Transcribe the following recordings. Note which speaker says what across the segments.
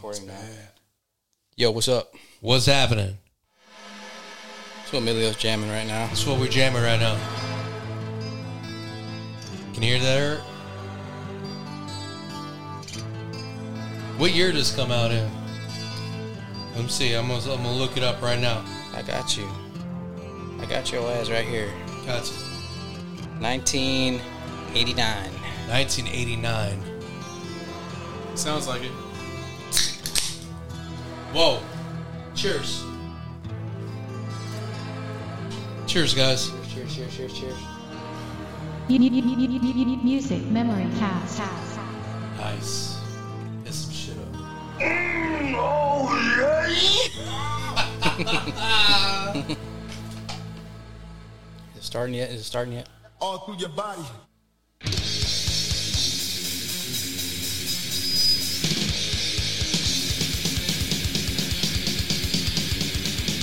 Speaker 1: recording now. Yo, what's up?
Speaker 2: What's happening?
Speaker 1: That's what Emilio's jamming right now.
Speaker 2: That's what we're jamming right now. Can you hear that, Eric? What year does this come out in? Let me see. I'm gonna, I'm gonna look it up right now.
Speaker 1: I got you. I got your ass right here.
Speaker 2: Gotcha.
Speaker 1: 1989.
Speaker 2: 1989.
Speaker 3: Sounds like it.
Speaker 2: Whoa. Cheers. Cheers, guys.
Speaker 1: Cheers, cheers, cheers, cheers.
Speaker 4: Music memory cast.
Speaker 2: Nice. Get some shit up.
Speaker 1: Is it starting yet? Is it starting yet?
Speaker 5: all through your body.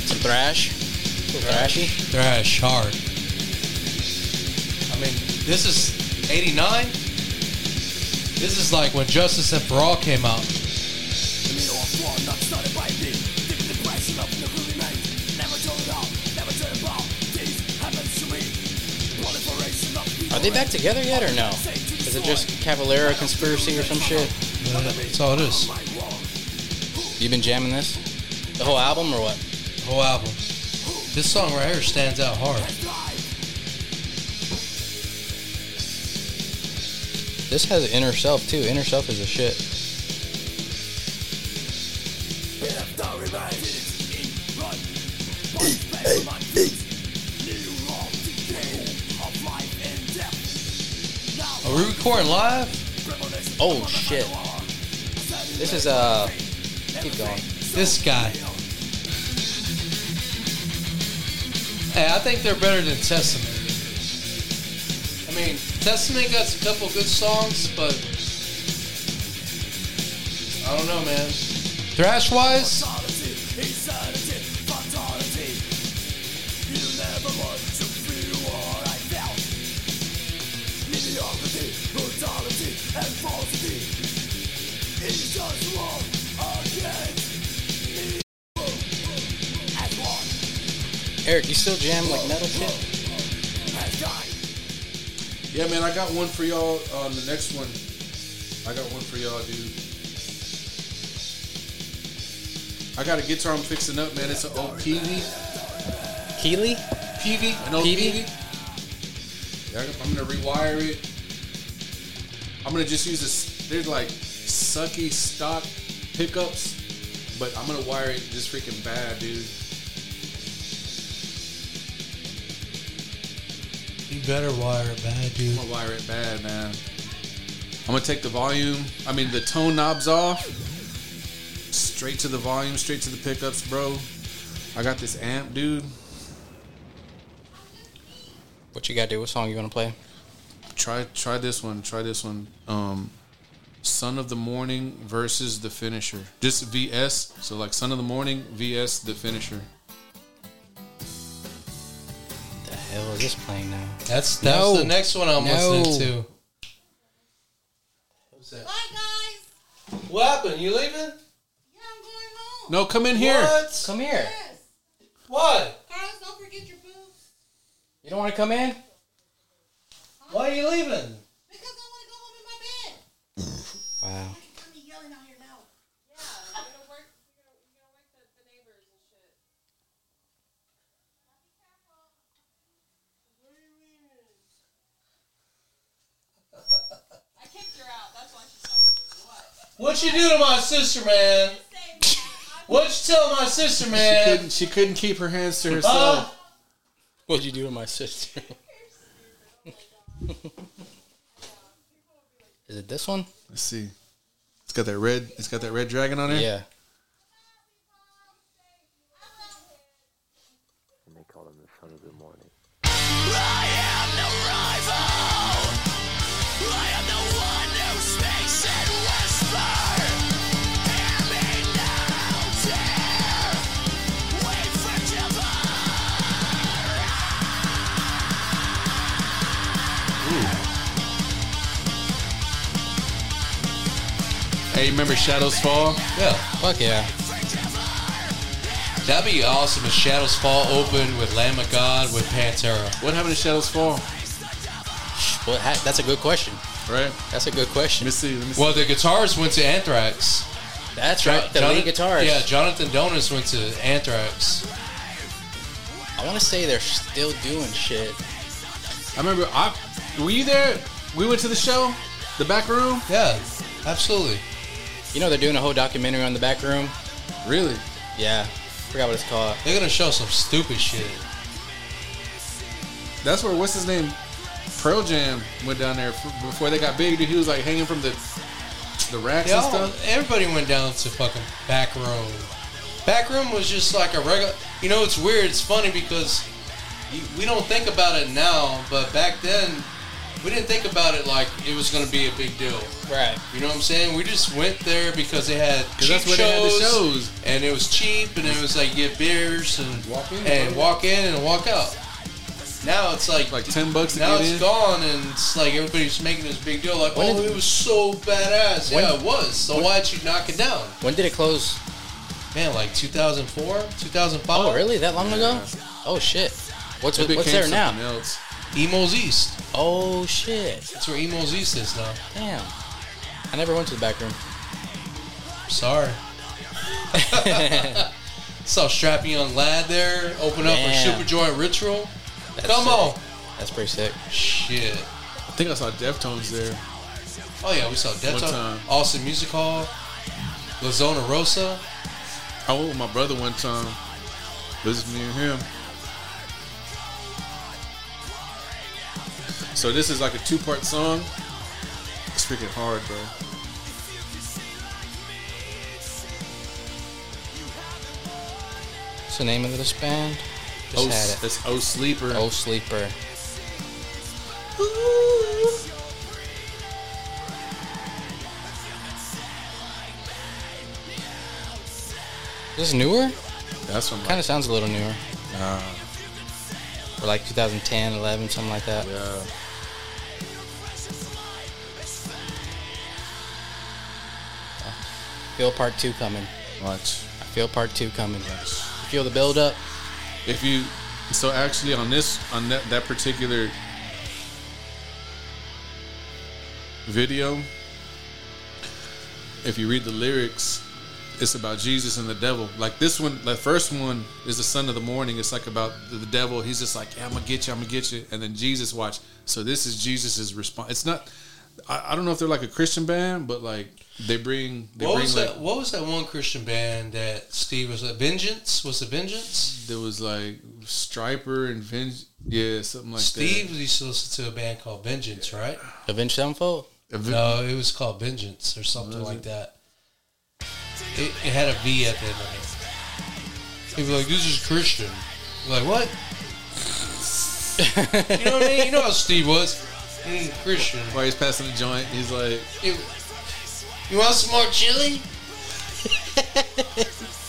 Speaker 1: Some thrash. A little thrashy.
Speaker 2: Thrash hard. I mean, this is 89? This is like when Justice and For All came out.
Speaker 1: Are they back together yet or no? Is it just Cavalera conspiracy or some shit?
Speaker 2: That's all it is.
Speaker 1: You been jamming this? The whole album or what?
Speaker 2: The whole album. This song right here stands out hard.
Speaker 1: This has inner self too. Inner self is a shit.
Speaker 2: Are we recording live?
Speaker 1: Oh shit. This is uh keep going.
Speaker 2: This guy. Hey, I think they're better than Testament. I mean, Testament got a couple good songs, but I don't know, man. Thrash wise,
Speaker 1: Eric, you still jam like metal shit?
Speaker 3: Yeah, man, I got one for y'all on the next one. I got one for y'all, dude. I got a guitar I'm fixing up, man. It's an old Peavy.
Speaker 1: Keely?
Speaker 3: Peavy? An old
Speaker 1: Peavy?
Speaker 3: Peavy? Yeah, I'm going to rewire it. I'm going to just use this. There's like sucky stock pickups, but I'm going to wire it just freaking bad, dude.
Speaker 2: you better wire it bad, dude.
Speaker 3: I'm gonna wire it bad, man. I'm gonna take the volume, I mean the tone knobs off, straight to the volume, straight to the pickups, bro. I got this amp, dude.
Speaker 1: What you gotta do? What song you wanna play?
Speaker 3: Try try this one. Try this one. Um, Son of the Morning versus the Finisher. Just VS. So like Son of the Morning VS the Finisher.
Speaker 1: The hell is this playing now?
Speaker 2: That's that's
Speaker 1: No.
Speaker 2: the next one I'm
Speaker 1: No.
Speaker 2: listening to. What's that?
Speaker 6: Bye, guys.
Speaker 2: What happened? You leaving?
Speaker 6: Yeah, I'm going home.
Speaker 3: No, come in here.
Speaker 2: What?
Speaker 1: Come here.
Speaker 6: Yes.
Speaker 2: What?
Speaker 6: Carlos, don't forget your boots.
Speaker 1: You don't wanna come in?
Speaker 2: Why are you leaving?
Speaker 6: Because I want to go home in my bed.
Speaker 1: Wow.
Speaker 6: You got me yelling out here now.
Speaker 2: What you do to my sister, man? What you tell my sister, man?
Speaker 3: She couldn't she couldn't keep her hands to
Speaker 2: Huh?
Speaker 3: herself.
Speaker 1: What'd you do to my sister? is it this one?
Speaker 3: Let's see. It's got that red it's got that red dragon on it.
Speaker 1: Yeah.
Speaker 7: and they call him the son of the morning.
Speaker 3: Hey, remember Shadows Fall?
Speaker 2: Yeah,
Speaker 1: Fuck yeah.
Speaker 2: that'd be awesome. If Shadows Fall open with Lamb of God with Pantera.
Speaker 3: What happened to Shadows Fall?
Speaker 1: Well, ha- that's a good question.
Speaker 3: Right?
Speaker 1: That's a good
Speaker 3: Let
Speaker 1: question.
Speaker 3: me see. Let me see.
Speaker 2: Well, the guitars went to Anthrax.
Speaker 1: That's
Speaker 2: Jo-
Speaker 1: right. The lead
Speaker 2: Jonathan-
Speaker 1: guitarist.
Speaker 2: Yeah, Jonathan Donis went to Anthrax.
Speaker 1: I want to say they're still doing shit.
Speaker 3: I remember. I were you there? We went to the show, the back room.
Speaker 2: Yeah, absolutely.
Speaker 1: You know they're doing a whole documentary on the back room.
Speaker 3: Really?
Speaker 1: Yeah, forgot what it's called.
Speaker 2: They're gonna show some stupid shit.
Speaker 3: That's where what's his name? Pearl Jam went down there f- before they got big. Dude, he was like hanging from the the racks
Speaker 2: They
Speaker 3: and
Speaker 2: all-
Speaker 3: stuff.
Speaker 2: everybody went down to fucking back room. Back room was just like a regular. You know, it's weird. It's funny because you, we don't think about it now, but back then we didn't think about it like it was gonna be a big deal.
Speaker 1: Right.
Speaker 2: You know what I'm saying? We just went there because they had cheap
Speaker 3: that's
Speaker 2: shows,
Speaker 3: where they had the shows.
Speaker 2: and it was cheap, and it was like get beers and
Speaker 3: Walk in.
Speaker 2: and walk in and walk out. Now it's like
Speaker 3: Like ten bucks to
Speaker 2: now
Speaker 3: get
Speaker 2: it's
Speaker 3: in.
Speaker 2: gone, and it's like everybody's making this big deal. Like,
Speaker 1: When
Speaker 2: oh,
Speaker 1: did-
Speaker 2: it was so badass.
Speaker 1: When-
Speaker 2: yeah, it was. So why'd you knock it down?
Speaker 1: When did it close?
Speaker 2: Man, like 2004, 2005.
Speaker 1: Oh, really? That long ago? Oh shit. What's
Speaker 3: It
Speaker 1: what's
Speaker 3: became
Speaker 1: there now?
Speaker 3: something Else.
Speaker 2: Emo's East.
Speaker 1: Oh shit.
Speaker 2: That's where Emo's East is now.
Speaker 1: Damn. I never went to the back room.
Speaker 2: Sorry. Saw strappy young lad there open up a
Speaker 1: Damn.
Speaker 2: super joint ritual.
Speaker 1: That's
Speaker 2: Come
Speaker 1: sick.
Speaker 2: on.
Speaker 1: That's pretty sick.
Speaker 2: Shit.
Speaker 3: I think I saw Deftones there.
Speaker 2: Oh yeah, we saw Death
Speaker 3: One
Speaker 2: Town,
Speaker 3: time.
Speaker 2: Austin Music Hall, La Zona Rosa.
Speaker 3: I went with my brother one time. This is me and him. So this is like a two-part song. It's freaking hard, bro.
Speaker 1: What's the name of this band? Just
Speaker 3: Oh,
Speaker 1: had it.
Speaker 3: that's Oh Sleeper.
Speaker 1: Oh sleeper. Is this newer?
Speaker 3: That's what I'm
Speaker 1: Kind
Speaker 3: like.
Speaker 1: of sounds a little newer.
Speaker 3: Nah,
Speaker 1: Or like 2010, 11, something like that.
Speaker 3: yeah.
Speaker 1: Feel part two coming.
Speaker 3: Watch.
Speaker 1: I feel part two coming. Feel the build up.
Speaker 3: If you, so actually on this on that, that particular video, if you read the lyrics, it's about Jesus and the devil. Like this one, the first one is the son of the morning. It's like about the, the devil. He's just like, yeah, I'm gonna get you, I'm gonna get you. And then Jesus, watch. So this is Jesus's response. It's not. I, I don't know if they're like a Christian band, but like they bring they
Speaker 2: What
Speaker 3: bring
Speaker 2: was
Speaker 3: like
Speaker 2: that? What was that one Christian band that Steve was? That Vengeance was it Vengeance?
Speaker 3: there was like Striper and Venge, yeah, something like
Speaker 2: Steve used to listen to a band called Vengeance, right?
Speaker 1: Avenge Sevenfold.
Speaker 3: that. Steve,
Speaker 2: No, it was called Vengeance or something like that. It, it had a V at the end of it. He was like, "This is Christian." I'm like what? you know what I mean? You know how Steve was. Mm, Christian.
Speaker 3: While he's passing the joint, he's like,
Speaker 2: You, you want some more chili?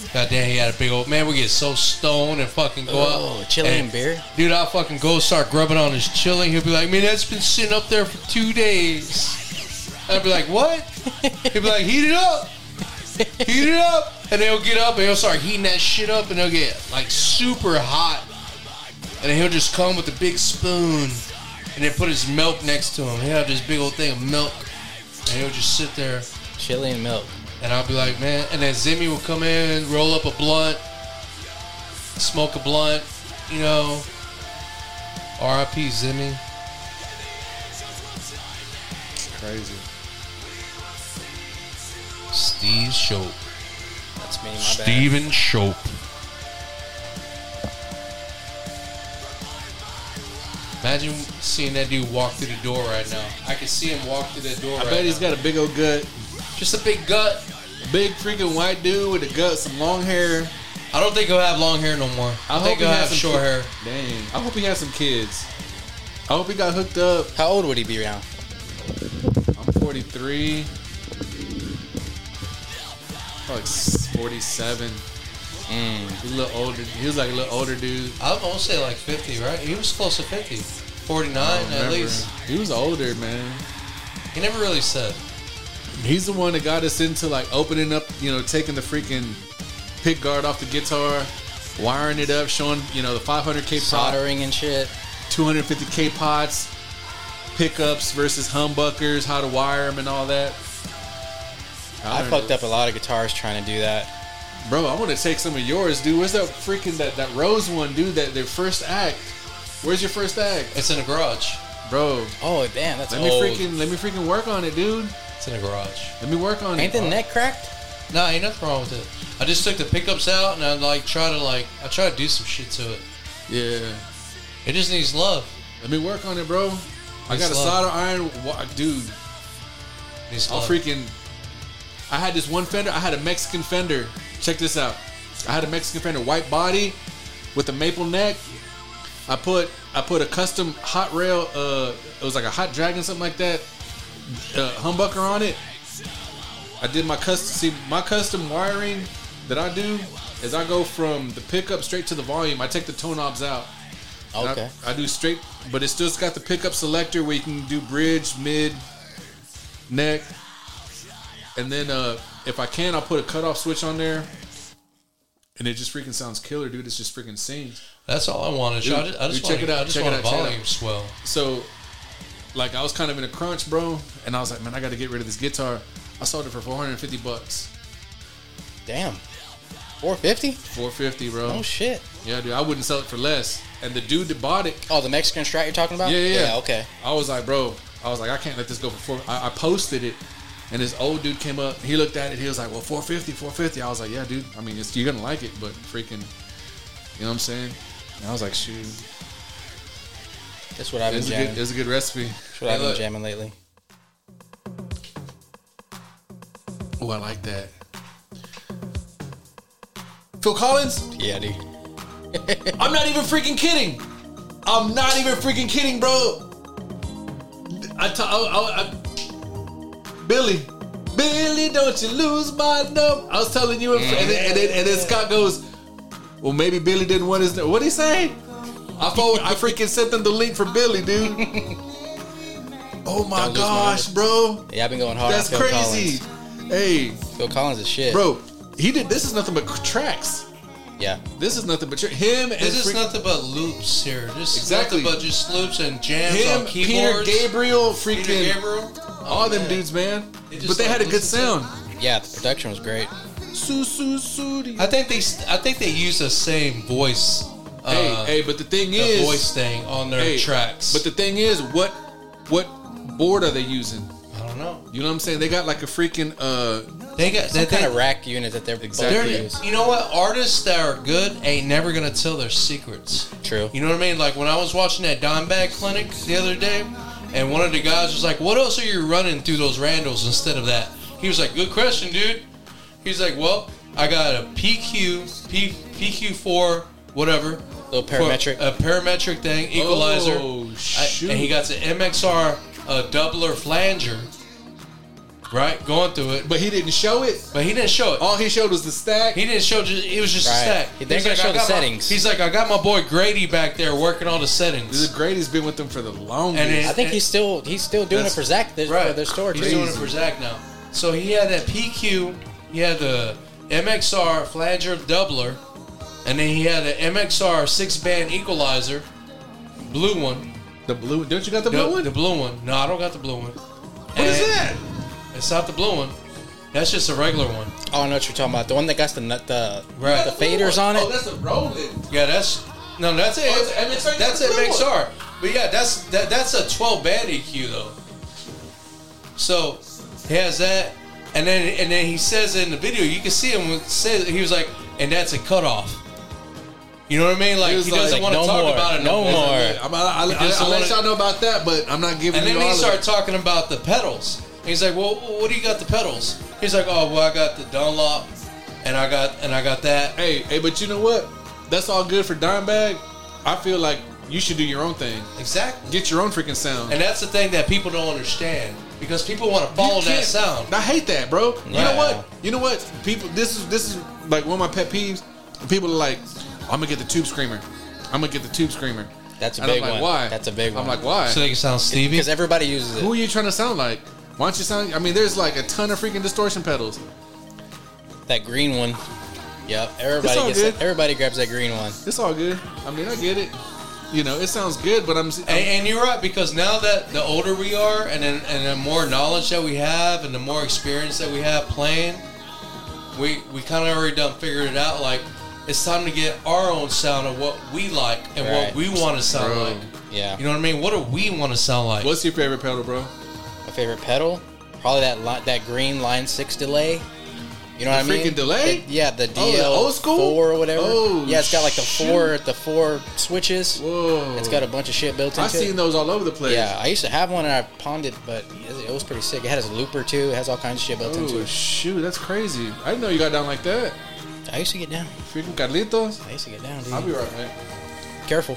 Speaker 2: God damn, he had a big old man. We get so stoned and fucking go
Speaker 1: Oh,
Speaker 2: out.
Speaker 1: chili and beer?
Speaker 2: Dude, I'll fucking go start grubbing on his chili. He'll be like, man, that's been sitting up there for two days. I'll be like, what? He'll be like, heat it up. Heat it up. And they'll get up and he'll start heating that shit up and they'll get like super hot. And then he'll just come with a big spoon and then put his milk next to him. He'll have this big old thing of milk. And he'll just sit there.
Speaker 1: Chili and milk.
Speaker 2: And I'll be like, man. And then Zimmy will come in, roll up a blunt, smoke a blunt, you know. RIP Zimmy.
Speaker 3: crazy.
Speaker 2: Steve Shope.
Speaker 1: That's me, my bad.
Speaker 2: Steven Shope. Imagine seeing that dude walk through the door right now. I can see him walk through that door
Speaker 3: I
Speaker 2: right
Speaker 3: bet he's
Speaker 2: now.
Speaker 3: got a big old gut,
Speaker 2: just a big gut.
Speaker 3: big freaking white dude with a gut, some long hair.
Speaker 2: I don't think he'll have long hair no more. I, think he'll have
Speaker 3: some
Speaker 2: short
Speaker 3: ki-
Speaker 2: hair.
Speaker 3: Dang, I hope he has some kids. I hope he got hooked up.
Speaker 1: How old would he be now?
Speaker 3: I'm 43, probably like 47. He's a little older. He was like a little older dude.
Speaker 2: I'm gonna say like 50, right? He was close to 50. 49
Speaker 3: I don't
Speaker 2: at
Speaker 3: remember.
Speaker 2: least.
Speaker 3: he was older, man.
Speaker 2: He never really said.
Speaker 3: He's the one that got us into like opening up, you know, taking the freaking pick guard off the guitar, wiring it up, showing, you know, the 500K pod,
Speaker 1: soldering and shit.
Speaker 3: 250K pots, pickups versus humbuckers, how to wire them and all that.
Speaker 1: I
Speaker 3: don't
Speaker 1: fucked
Speaker 3: know.
Speaker 1: up a lot of guitars trying to do that.
Speaker 3: Bro, I want to take some of yours, dude. Where's that freaking, that, that Rose one, dude, that their first act? Where's your first act?
Speaker 2: It's in a garage.
Speaker 3: Bro,
Speaker 1: Oh damn, that's
Speaker 3: let
Speaker 1: old.
Speaker 3: me freaking, let me freaking work on it, dude.
Speaker 2: It's in a garage.
Speaker 3: Let me work on
Speaker 1: Ain't
Speaker 3: it.
Speaker 1: the neck cracked?
Speaker 2: No, ain't nothing wrong with it. I just took the pickups out and I like try to like I try to do some shit to it.
Speaker 3: Yeah.
Speaker 2: It just needs love.
Speaker 3: Let me work on it, bro. I
Speaker 2: It's
Speaker 3: got
Speaker 2: love.
Speaker 3: a solder iron, wa- dude.
Speaker 2: It needs
Speaker 3: I'll
Speaker 2: love.
Speaker 3: freaking. I had this one fender. I had a Mexican fender. Check this out. I had a Mexican fender, white body, with a maple neck. I put I put a custom hot rail. Uh, it was like a hot dragon, something like that. Uh, humbucker on it. I did my custom. See, my custom wiring that I do is I go from the pickup straight to the volume. I take the tone knobs out. And I-
Speaker 1: Okay.
Speaker 3: I, do straight, but it's still's got the pickup selector where you can do bridge, mid, neck, and then uh, if I can, I'll put a cutoff switch on there, and it just freaking sounds killer, dude. It's just freaking sings.
Speaker 2: That's all I wanted.
Speaker 3: Dude,
Speaker 2: I just, I just
Speaker 3: dude, check
Speaker 2: wanted-
Speaker 3: it out,
Speaker 2: I just
Speaker 3: check it
Speaker 2: want
Speaker 3: out,
Speaker 2: a
Speaker 3: check it
Speaker 2: volume
Speaker 3: out.
Speaker 2: swell.
Speaker 3: So, like, I was kind of in a crunch, bro, and I was like, man, I got to get rid of this guitar. I sold it for 450 bucks,
Speaker 1: Damn. 450?
Speaker 3: 450, bro.
Speaker 1: Oh shit.
Speaker 3: yeah, dude, I wouldn't sell it for less. And the dude that bought it,
Speaker 1: Oh, the Mexican strat you're talking about?
Speaker 3: Yeah, yeah, yeah.
Speaker 1: okay.
Speaker 3: I was like, bro, I was like, I can't let this go for four. I, I posted it, and this old dude came up. He looked at it. He was like, well, 450, 450. I was like, yeah, dude. I mean, it's, you're gonna like it, but freaking, you know what I'm saying? And I was like, shoot,
Speaker 1: That's what I've been
Speaker 3: it's a
Speaker 1: jamming.
Speaker 3: good, it's a good recipe.
Speaker 1: That's what I've
Speaker 2: Hey,
Speaker 1: been
Speaker 2: look.
Speaker 1: jamming lately.
Speaker 3: Oh, I like that. Phil Collins,
Speaker 1: Yeah, dude.
Speaker 3: I'm not even freaking kidding. I'm not even freaking kidding, bro. I ta- I- I- I- Billy, Billy, don't you lose my number? I was telling you, and, and, then- and, then- and then Scott goes, "Well, maybe Billy didn't want his." What would he say? I forward, I freaking sent them the link for Billy, dude. Oh my
Speaker 1: Don't lose my
Speaker 3: gosh, bro,
Speaker 1: Yeah, I've been going hard.
Speaker 3: that's
Speaker 1: on Phil
Speaker 3: crazy.
Speaker 1: Collins.
Speaker 3: Hey,
Speaker 1: Phil Collins is shit,
Speaker 3: bro, he did. This is nothing but tracks.
Speaker 1: Yeah,
Speaker 3: This is nothing but tr- him and
Speaker 2: This is
Speaker 3: freak-
Speaker 2: nothing but loops here. This
Speaker 3: Exactly.
Speaker 2: is nothing but just loops and jams
Speaker 3: him,
Speaker 2: on
Speaker 3: Peter
Speaker 2: keyboards.
Speaker 3: Gabriel, freaking
Speaker 2: Peter Gabriel.
Speaker 3: all them
Speaker 2: man.
Speaker 3: dudes, man.
Speaker 2: It just,
Speaker 3: But they
Speaker 2: like,
Speaker 3: had a good
Speaker 2: listen to
Speaker 3: sound.
Speaker 1: yeah. The production was great.
Speaker 3: Su su su.
Speaker 2: I think they s- I think they use the same voice. Uh,
Speaker 3: Hey, hey, but the thing
Speaker 2: the
Speaker 3: is,
Speaker 2: voice thing on their
Speaker 3: hey,
Speaker 2: tracks.
Speaker 3: But the thing is, what what board are they using?
Speaker 2: I don't know.
Speaker 3: You know what I'm saying? They got like a freaking uh
Speaker 2: They got
Speaker 1: Some
Speaker 2: that
Speaker 1: kind of rack unit that they're both
Speaker 3: Exactly.
Speaker 2: They're-
Speaker 1: use.
Speaker 2: you know what? Artists that are good ain't never gonna tell their secrets.
Speaker 1: True.
Speaker 2: You know what I mean? Like when I was watching that Dime Bag Clinic the other day, and one of the guys was like, "What else are you running through those Randalls instead of that?" He was like, "Good question, dude." He's like, "Well, I got a PQ, P, PQ4, whatever,
Speaker 1: Little parametric.
Speaker 2: for- a parametric thing, equalizer,
Speaker 3: Oh,
Speaker 2: I-
Speaker 3: shoot.
Speaker 2: and he got the MXR, a uh, doubler flanger, right, going through it." But,
Speaker 3: but he didn't show it.
Speaker 2: but he didn't show it.
Speaker 3: All he showed was the stack.
Speaker 2: He didn't show. Just, it was just
Speaker 1: Oh. Right.
Speaker 2: a stack.
Speaker 1: He- they're gonna
Speaker 2: I
Speaker 1: show the
Speaker 2: got my-
Speaker 1: settings.
Speaker 2: He's like, I got my boy Grady back there working all the
Speaker 3: this is
Speaker 2: settings.
Speaker 3: great. He's been with them for the longest.
Speaker 2: And
Speaker 1: I
Speaker 2: it-
Speaker 1: think he's still he's still doing it
Speaker 3: That's-
Speaker 1: for Zach. There's, For
Speaker 2: right.
Speaker 1: their store.
Speaker 2: he's
Speaker 1: too.
Speaker 2: doing it for Zach now. So he had that PQ. He had the MXR flanger doubler, and then he had an MXR six band equalizer, blue one.
Speaker 3: the blue. Don't you got the blue
Speaker 2: No,
Speaker 3: one?
Speaker 2: The blue one. No, I don't got the blue one.
Speaker 3: what is that?
Speaker 2: It's not the blue one. That's just a regular one.
Speaker 1: Oh, I know what you're talking about. The one that got the nut- the
Speaker 2: Right.
Speaker 1: the faders on it.
Speaker 3: Oh, that's a Roland.
Speaker 2: Yeah, that's no, that's it.
Speaker 3: Oh, it's an MXR,
Speaker 2: that's
Speaker 3: that's a
Speaker 2: an
Speaker 3: good
Speaker 2: MXR. But yeah, that's that, that's a 12 band EQ though. So he has that, and then and then he says in the video, you can see him with- say he was like, and that's a cutoff. You know what I mean? Like he,
Speaker 3: He was
Speaker 2: doesn't want
Speaker 3: like,
Speaker 2: to
Speaker 1: no
Speaker 2: talk
Speaker 1: more,
Speaker 2: about it
Speaker 1: no
Speaker 2: no, more.
Speaker 1: more.
Speaker 3: I'm, I, I, I,
Speaker 2: doesn't
Speaker 3: I'll let
Speaker 2: wanna-
Speaker 3: y'all know about that, but I'm not giving
Speaker 2: And
Speaker 3: you
Speaker 2: then
Speaker 3: all
Speaker 2: he
Speaker 3: of
Speaker 2: started
Speaker 3: it.
Speaker 2: talking about the pedals. He's like, well, what do you got the pedals? He's like, oh, well, I got the Dunlop, and I got and I got that.
Speaker 3: Hey, hey, but you know what? That's all good for Dimebag. I feel like you should do your own thing.
Speaker 2: Exactly.
Speaker 3: Get your own freaking sound.
Speaker 2: And that's the thing that people don't understand because people want to follow
Speaker 3: You can't-
Speaker 2: that sound.
Speaker 3: I hate that, bro. You know
Speaker 1: Yeah.
Speaker 3: what? You know what? People, this is this is like one of my pet peeves. People are like, "I'm gonna get the tube screamer. I'm gonna get the tube screamer."
Speaker 1: That's a
Speaker 3: And I'm
Speaker 1: big
Speaker 3: like,
Speaker 1: one.
Speaker 3: Why?
Speaker 1: That's a big
Speaker 3: I'm
Speaker 1: one.
Speaker 3: like, why?
Speaker 2: So they can sound Stevie.
Speaker 1: Because everybody uses it.
Speaker 3: Who are you trying to sound like? Why don't you sound? I mean, there's like a ton of freaking distortion pedals.
Speaker 1: That green one. Yep. Everybody
Speaker 3: all
Speaker 1: gets
Speaker 3: good.
Speaker 1: that. Everybody grabs that green one.
Speaker 3: It's all good. I mean, I get it. You know, it sounds good, but I'm.
Speaker 2: And, and you're right because now that the older we are, and then, and the more knowledge that we have, and the more experience that we have playing, we we kind of already done figured it out. Like it's time to get our own sound of what we like and
Speaker 1: Right.
Speaker 2: what we want to sound
Speaker 3: Bro.
Speaker 2: like.
Speaker 1: Yeah.
Speaker 2: You know what I mean? What do we want to sound like?
Speaker 3: what's your favorite pedal, bro?
Speaker 1: My favorite pedal, probably that li- that green Line Six delay. You know what I mean?
Speaker 3: freaking delay?
Speaker 1: The- yeah, the DL
Speaker 3: Oh, the old school?
Speaker 1: four or whatever.
Speaker 3: Oh,
Speaker 1: yeah, it's got like the four the four switches.
Speaker 3: Whoa!
Speaker 1: It's got a bunch of shit built into
Speaker 3: I've seen
Speaker 1: it.
Speaker 3: those all over the place.
Speaker 1: Yeah, I used to have one and I pawned it, but it was pretty sick. It has a looper too. It has all kinds of shit built into
Speaker 3: Oh
Speaker 1: it.
Speaker 3: shoot, that's crazy. I didn't know you got down like that.
Speaker 1: I used to get down.
Speaker 3: Freaking Carlitos.
Speaker 1: I used to get down, dude.
Speaker 3: I'll be right back.
Speaker 1: Careful.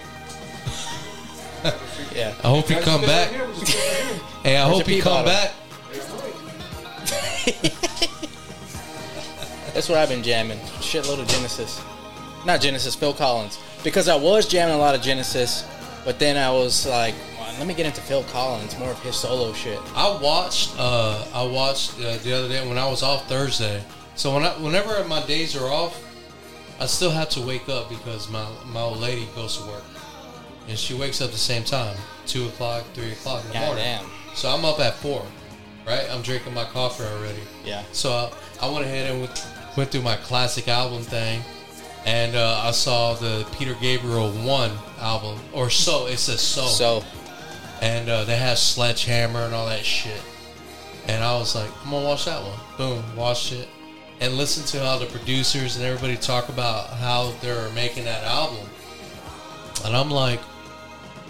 Speaker 1: yeah.
Speaker 2: I hope you come back. Hey, I
Speaker 1: Where's
Speaker 2: hope
Speaker 1: your
Speaker 2: you
Speaker 1: pee
Speaker 2: come
Speaker 1: bottle?
Speaker 2: back.
Speaker 1: That's what I've been jamming. Shitload of Genesis. Not Genesis, Phil Collins. Because I was jamming a lot of Genesis, but then I was like, "Well, let me get into Phil Collins, more of his solo shit.
Speaker 2: I watched. Uh, I watched uh, the other day when I was off Thursday. So when I, whenever my days are off, I still have to wake up because my my old lady goes to work, and she wakes up the same time, two o'clock, three o'clock in the morning.
Speaker 1: Goddamn.
Speaker 2: So I'm up at four, right? I'm drinking my coffee already.
Speaker 1: Yeah.
Speaker 2: So I, I went ahead and went, went through my classic album thing, and uh, I saw the Peter Gabriel one album or so. It says
Speaker 1: So,
Speaker 2: and uh, they had Sledgehammer and all that shit. And I was like, I'm gonna watch that one. Boom, watch it, and listen to how the producers and everybody talk about how they're making that album. And I'm like,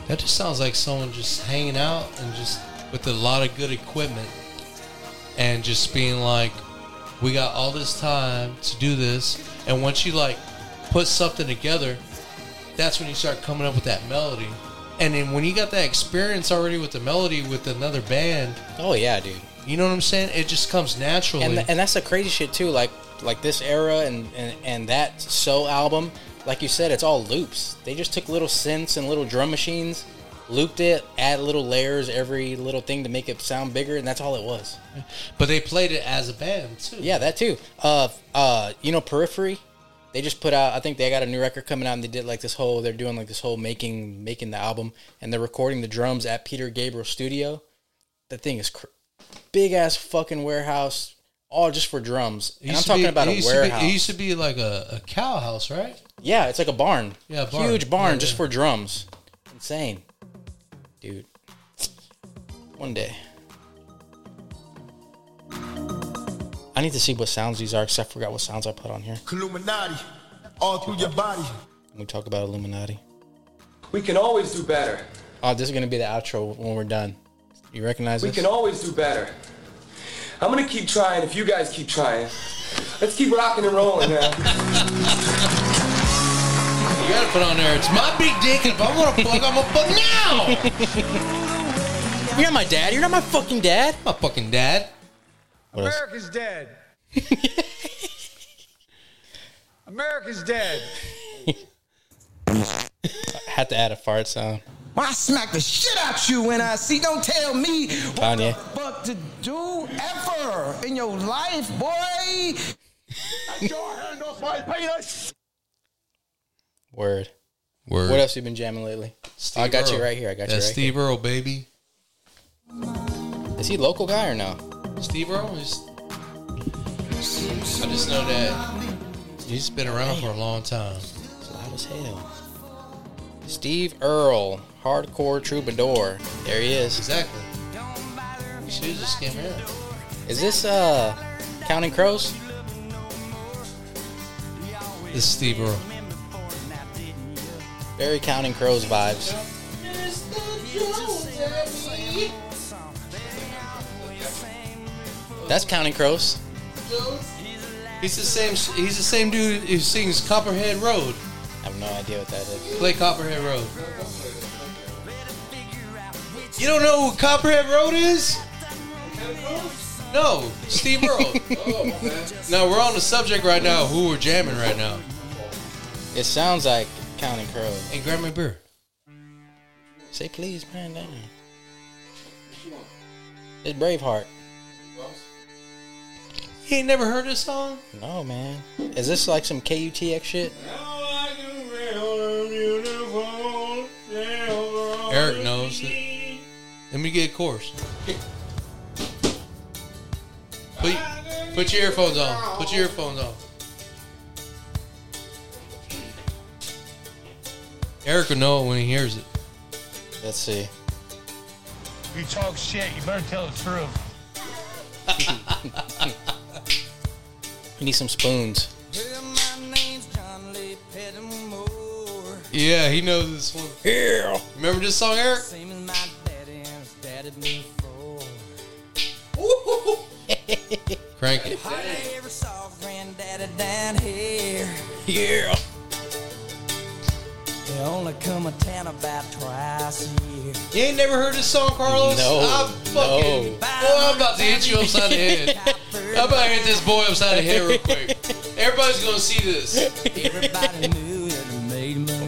Speaker 2: that just sounds like someone just hanging out and just with a lot of good equipment and just being like, we got all this time to do this. And once you like put something together, that's when you start coming up with that melody. And then when you got that experience already with the melody with another band,
Speaker 1: oh yeah, dude.
Speaker 2: you know what I'm saying? It just comes naturally.
Speaker 1: And, and that's the crazy shit too. Like like this era and, and, and that So album, like you said, it's all loops. They just took little synths and little drum machines, looped it, add little layers, every little thing to make it sound bigger, and that's all it was.
Speaker 2: but they played it as a band too.
Speaker 1: Yeah, that too. Uh, uh, you know, Periphery. They just put out. I think they got a new record coming out, and they did like this whole. They're doing like this whole making making the album, and they're recording the drums at Peter Gabriel Studio. The thing is, cr- big ass fucking warehouse, all just for drums.
Speaker 2: It
Speaker 1: And I'm
Speaker 2: used to
Speaker 1: talking
Speaker 2: be-
Speaker 1: about
Speaker 2: it
Speaker 1: a
Speaker 2: used to be-
Speaker 1: warehouse. Oh,
Speaker 2: it used to be like a, a cow house, right?
Speaker 1: yeah, it's like a barn.
Speaker 2: Yeah, barn.
Speaker 1: huge barn
Speaker 2: Yeah,
Speaker 1: just
Speaker 2: yeah.
Speaker 1: for drums. Insane, dude. One day. I need to see what sounds these are, because I forgot what sounds I put on here.
Speaker 5: Illuminati all through your body.
Speaker 1: We talk about Illuminati.
Speaker 8: We can always do better.
Speaker 1: Oh, this is gonna be the outro when we're done. You recognize
Speaker 8: We
Speaker 1: this?
Speaker 8: can always do better. I'm gonna keep trying if you guys keep trying. Let's keep rocking and rolling now.
Speaker 2: You gotta put on there. It's my big dick. and If I want to plug, I'm gonna plug now.
Speaker 1: You're not my dad. You're not my fucking dad.
Speaker 2: My fucking dad.
Speaker 1: What else?
Speaker 9: America's dead. America's dead.
Speaker 1: Had to add a fart sound.
Speaker 5: I smack the shit out you when I see. Don't tell me what
Speaker 1: Kanye.
Speaker 5: the fuck to do ever in your life, boy.
Speaker 1: Word.
Speaker 2: Word.
Speaker 1: What else you been jamming lately?
Speaker 2: Steve
Speaker 1: I got you
Speaker 2: Earle.
Speaker 1: right here. I got you
Speaker 2: That's
Speaker 1: right
Speaker 2: Steve Earle, baby.
Speaker 1: Is he local guy or no?
Speaker 2: Steve Earle is. I just know that he's been around for a long time.
Speaker 1: It's loud as hell. Steve Earle, hardcore troubadour. There he is.
Speaker 2: Exactly. She was just came here.
Speaker 1: Is this uh Counting Crows?
Speaker 2: This is Steve Earle.
Speaker 1: Very Counting Crows vibes. That's Counting Crows.
Speaker 2: He's the same. He's the same dude who sings Copperhead Road.
Speaker 1: I have no idea what that is.
Speaker 2: Play Copperhead Road. You don't know who Copperhead Road is? No, Steve Earle. no, we're on the subject right now. Who we're jamming right now?
Speaker 1: It sounds like Counting Crows.
Speaker 2: Hey, grab my beer.
Speaker 1: Say please, man. Damn. It's Braveheart.
Speaker 2: He ain't never heard this song?
Speaker 1: No, man. Is this like some KUTX shit?
Speaker 2: Eric knows it. Let me get a chorus. Put, put your earphones on. Put your earphones on. Eric will know it when he hears it.
Speaker 1: Let's see.
Speaker 9: You talk shit, you better tell the truth.
Speaker 1: We need some spoons.
Speaker 2: Yeah, he knows this one.
Speaker 1: Yeah.
Speaker 2: Remember this song, Eric? Crank it.
Speaker 1: Yeah.
Speaker 2: You ain't never heard this song, Carlos?
Speaker 1: No,
Speaker 2: I'm fucking.
Speaker 1: no.
Speaker 2: Boy, I'm about to hit you upside the head. I'm about to hit this boy upside the head real quick. Everybody's gonna see this.